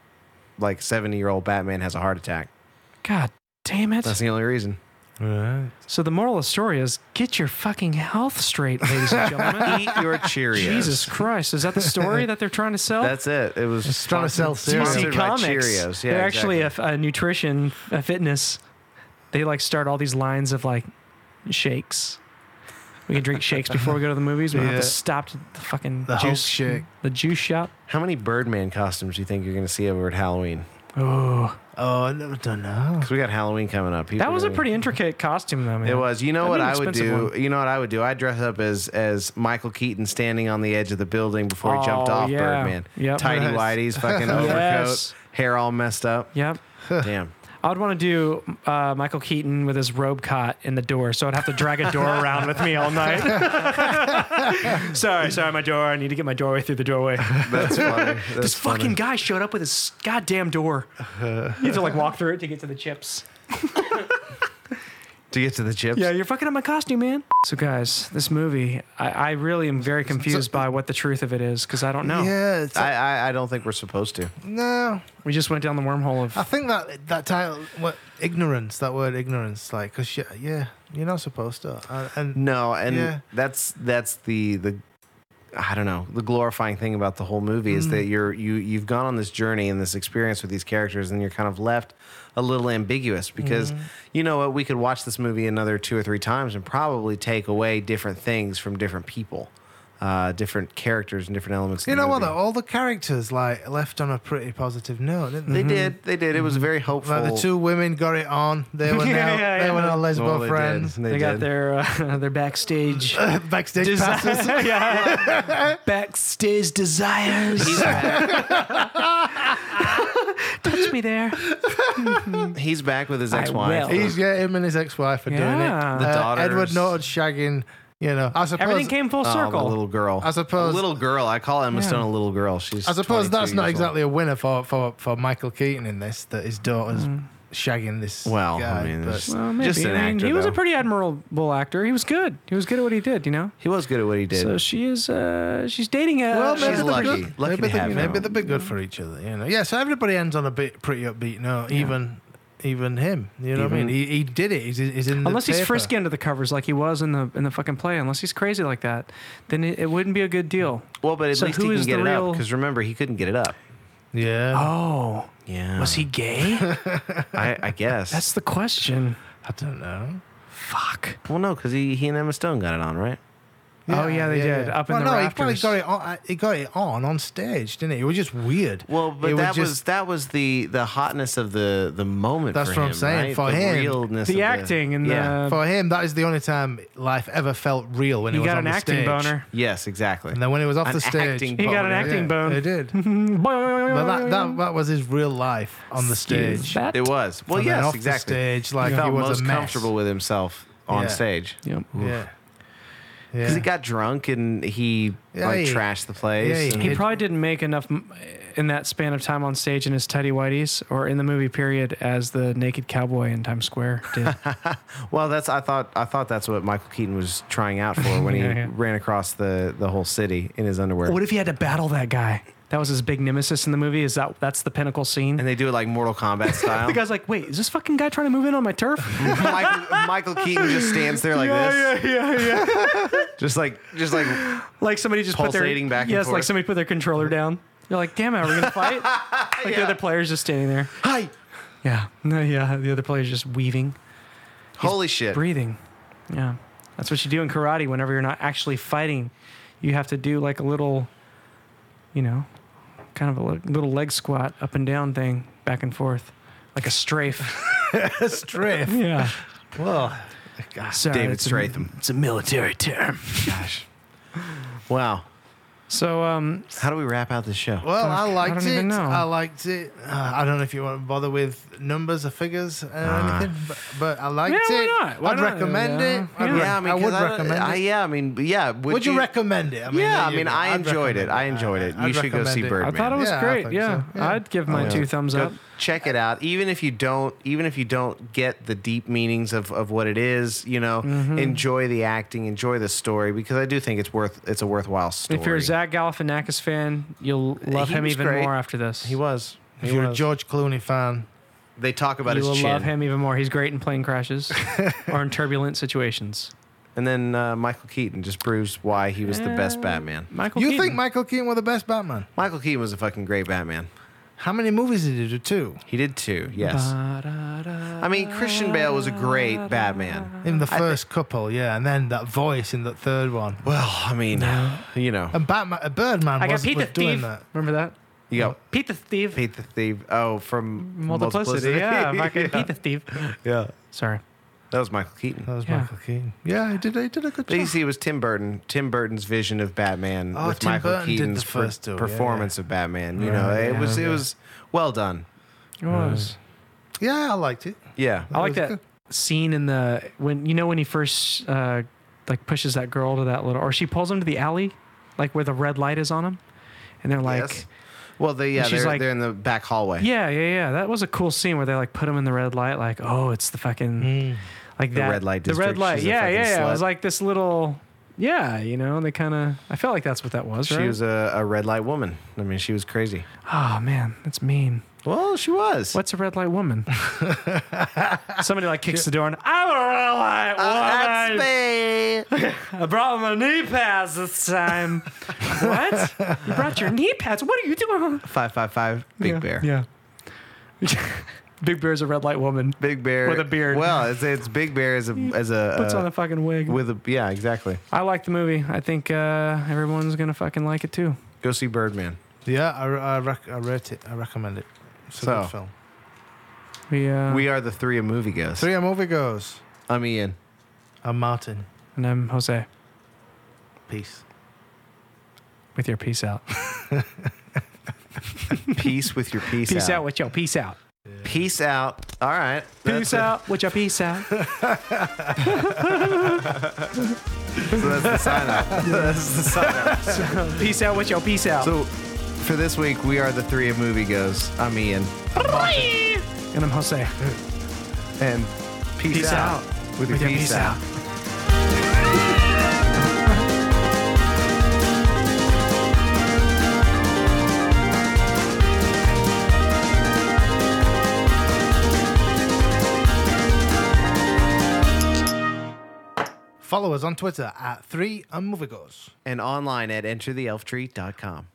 like 70 year old Batman has a heart attack. God damn it. That's the only reason. So the moral of the story is get your fucking health straight, ladies and gentlemen. Eat your Cheerios. Jesus Christ. Is that the story that they're trying to sell? That's it. It was It's trying to sell sponsored- cereal. DC sponsored by Comics. Cheerios. Yeah, They're actually a, a nutrition, a fitness. They like start all these lines of like shakes. We can drink shakes before we go to the movies. We don't have to Yeah. stop to the fucking The Hulk juice shake. The juice shop. How many Birdman costumes do you think you're going to see over at Halloween? Oh, Oh, I never don't know. Because we got Halloween coming up. People that was are a gonna- pretty intricate costume, though. Man. It was. You know what That'd be an I would expensive do. one. You know what I would do. I'd dress up as as Michael Keaton standing on the edge of the building before he jumped Oh, off yeah. Birdman. Yep. Tidy Nice. whities, fucking Yes. overcoat, hair all messed up. Yep. Damn. I'd want to do uh, Michael Keaton with his robe caught in the door, so I'd have to drag a door around with me all night. sorry, sorry, my door. I need to get my doorway through the doorway. That's funny. That's this funny. fucking guy showed up with his goddamn door. You have to like walk through it to get to the chips. to get to the chips. Yeah, you're fucking up my costume, man. So, guys, this movie, I, I really am very confused by what the truth of it is because I don't know. Yeah, it's I, I I don't think we're supposed to. no. We just went down the wormhole of. I think that that title, what ignorance, that word ignorance, like, cause yeah, yeah you're not supposed to. Uh, and No, and Yeah. that's that's the the I don't know the glorifying thing about the whole movie is Mm. that you're you you've gone on this journey and this experience with these characters and you're kind of left a little ambiguous because Mm-hmm. you know what we could watch this movie another two or three times and probably take away different things from different people, uh, different characters and different elements. of you the know what? movie. Though all the characters like left on a pretty positive note, didn't They they? did, they did. It was very hopeful. Like the two women got it on. They were now Yeah, yeah, they yeah. were now lesbo Well, they did. friends. They They got did. their uh, their backstage Backstage passes. desires. Yeah. backstage desires. He's back, Touch me there. he's back with his I ex-wife. will. He's yeah, him and his ex-wife are Yeah. doing The it. Uh, daughters. Edward Norton shagging. You know, I suppose Everything came full Oh, the circle. little girl. I suppose- a little girl. I call Emma Yeah. Stone a little girl. She's. I suppose 22 that's not years exactly a winner for, for, for Michael Keaton in this, that his daughter's Mm. shagging this. Old. Well, guy, I mean, but- there's- Well, maybe. just an I mean, actor. he was a though. pretty admirable actor. He was good. He was good at what he did. You know. He was good at what he did. So she is. Uh, she's dating a. well, she's maybe they're lucky. Good, Lucky maybe to they, have him. maybe they're bit good for each other, you know. Yeah, so everybody ends on a bit pretty upbeat note, even even him. You know what I mean? He, he did it. He's, he's in the unless he's paper. frisky under the covers like he was in the in the fucking play. Unless he's crazy like that, then it, it wouldn't be a good deal. well, but at So least who he can is get the it up real- because remember he couldn't get it up. Yeah. Oh, Yeah, was he gay? I, I guess. That's the question. I don't know. Fuck. well, no, because he, he and Emma Stone got it on, right? oh yeah, they did up in well, the no, he rafters. probably got it on. uh, He got it on on stage, didn't he? It was just weird. Well, but It that was, just- that was the the hotness of the the moment. That's for what I'm him, saying. right? For the him. realness The of acting and yeah. the- for him. That is the only time life ever felt real when he you was got on an the acting stage. boner. yes, exactly. And then when he was off An the stage, acting He got boner. an acting Yeah, bone. It did. but that, that, that was his real life on the stage. That- It was well, And then yes, off exactly. the stage, like he felt he was most a mess. comfortable with himself on Yeah. stage. Yep. Yeah. Yeah. Because he got drunk and he Yeah, like he- trashed the place. yeah, he and- He probably didn't make enough m- in that span of time on stage in his tidy whities or in the movie period as the naked cowboy in Times Square did. well, that's I thought I thought that's what Michael Keaton was trying out for when he Yeah, yeah. ran across the the whole city in his underwear. what if he had to battle that guy? That was his big nemesis in the movie. Is that that's the pinnacle scene? and they do it like Mortal Kombat style. The guy's like, wait, is this fucking guy trying to move in on my turf? Michael, Michael Keaton just stands there like this, yeah, yeah. just like just like Like somebody just Pulsating put their back and yes, like forth. somebody put their controller down. You're like, damn it, are we gonna fight? Like the other player's just standing there. hi, Yeah, no, yeah. The other player's just weaving, holy shit. breathing. Yeah, that's what you do in karate. Whenever you're not actually fighting, you have to do like a little, you know, kind of a li- little leg squat, up and down thing, back and forth, like a strafe. Strafe. yeah. well, Sorry, David it's a- Stratham. It's a military term. Wow. So, um, How do we wrap out this show? Well, Fuck, I I liked don't it. even know. I liked it. Uh, I don't know if you want to bother with numbers or figures or anything, but, but I liked Ah. Yeah, why it. not? Why I'd not? recommend Yeah. it. I'd Yeah. rec- yeah, I mean, 'cause would don't- recommend I- it. yeah, I mean, yeah. Would, Would you, recommend it? I mean, Yeah, there I you mean, go. I I'd enjoyed it. recommend I enjoyed it. I'd You should go recommend see it. I Birdman. thought it was Yeah, I great. think yeah. so. Yeah. I'd Oh, give my two thumbs up. check it out even if you don't even if you don't get the deep meanings of, of what it is you know enjoy the acting enjoy the story because i do think it's worth it's a worthwhile story If you're a Zach Galifianakis fan, you'll love He him was even great. more after this. he was If He you're a was. George Clooney fan, they talk about you will his chin love him even more. He's great in plane crashes or in turbulent situations. and then uh, michael keaton just proves why he was the best batman Michael, you Keaton. think Michael Keaton was the best Batman? michael keaton was a fucking great batman How many movies did he do? Two. he did too yes i mean christian bale was a great batman In the first couple, yeah, and then that voice in the third one. well i mean you know And Batman, uh, Birdman I got was, Pete the was doing Thief. that. Remember that? you got Pete the Thief. Pete the Thief. Oh, from Multiplicity. Multiplicity. Yeah, fucking Pete the Thief. yeah. Sorry. That was Michael Keaton. That was Yeah. Michael Keaton. Yeah, he did. He did a good But job. you see, it was Tim Burton. Tim Burton's vision of Batman Oh, with Tim Michael Burton did the Keaton's per- first two, yeah, performance of Batman. You know, it was it was well done. It was. Yeah, I liked it. Yeah, I like was that scene in the when you know when he first uh, like pushes that girl to that little or she pulls him to the alley, like where the red light is on him, and they're like, Yes. Well, they yeah, she's they're, like- they're in the back hallway. yeah, yeah, yeah. That was a cool scene where they like put him in the red light, like oh, it's the fucking like that Mm. red light the red district. light, She's a yeah, fucking yeah, yeah. It was slut. like this little, yeah, you know. They kind of I felt like that's what that was. she right? was a, a red light woman. I mean, she was crazy. oh man, that's mean. Well, she was. What's a red light woman? Somebody like kicks the door and I'm a red light Uh, woman. that's me. I brought my knee pads this time. what? You brought your knee pads? What are you doing? Five five five. Big Yeah, Bear. Yeah. Big Bear's a red light woman. Big Bear With a beard. Well, it's, it's Big Bear as a as a Puts uh, on a fucking wig. with a yeah exactly. I like the movie. I think uh, everyone's gonna fucking like it too. Go see Birdman. Yeah, I, I, rec- I rate it. I recommend it. It's a So. good film. We uh, We are the three of movie goes. Three movie goes. I'm Ian. I'm Martin. and I'm Jose Peace. with your peace out. Peace with your peace, Peace out. out with your peace out. Peace out. All right. Peace That's it. out with your peace out. So that's the sign up. that's the sign up. peace out with your peace out. So for this week, we are the three of movie goes. I'm Ian. and I'm Jose. And peace, Peace out. out. with your peace, out. Follow us on Twitter at Three and Movie Goes. And online at entertheelftree.com.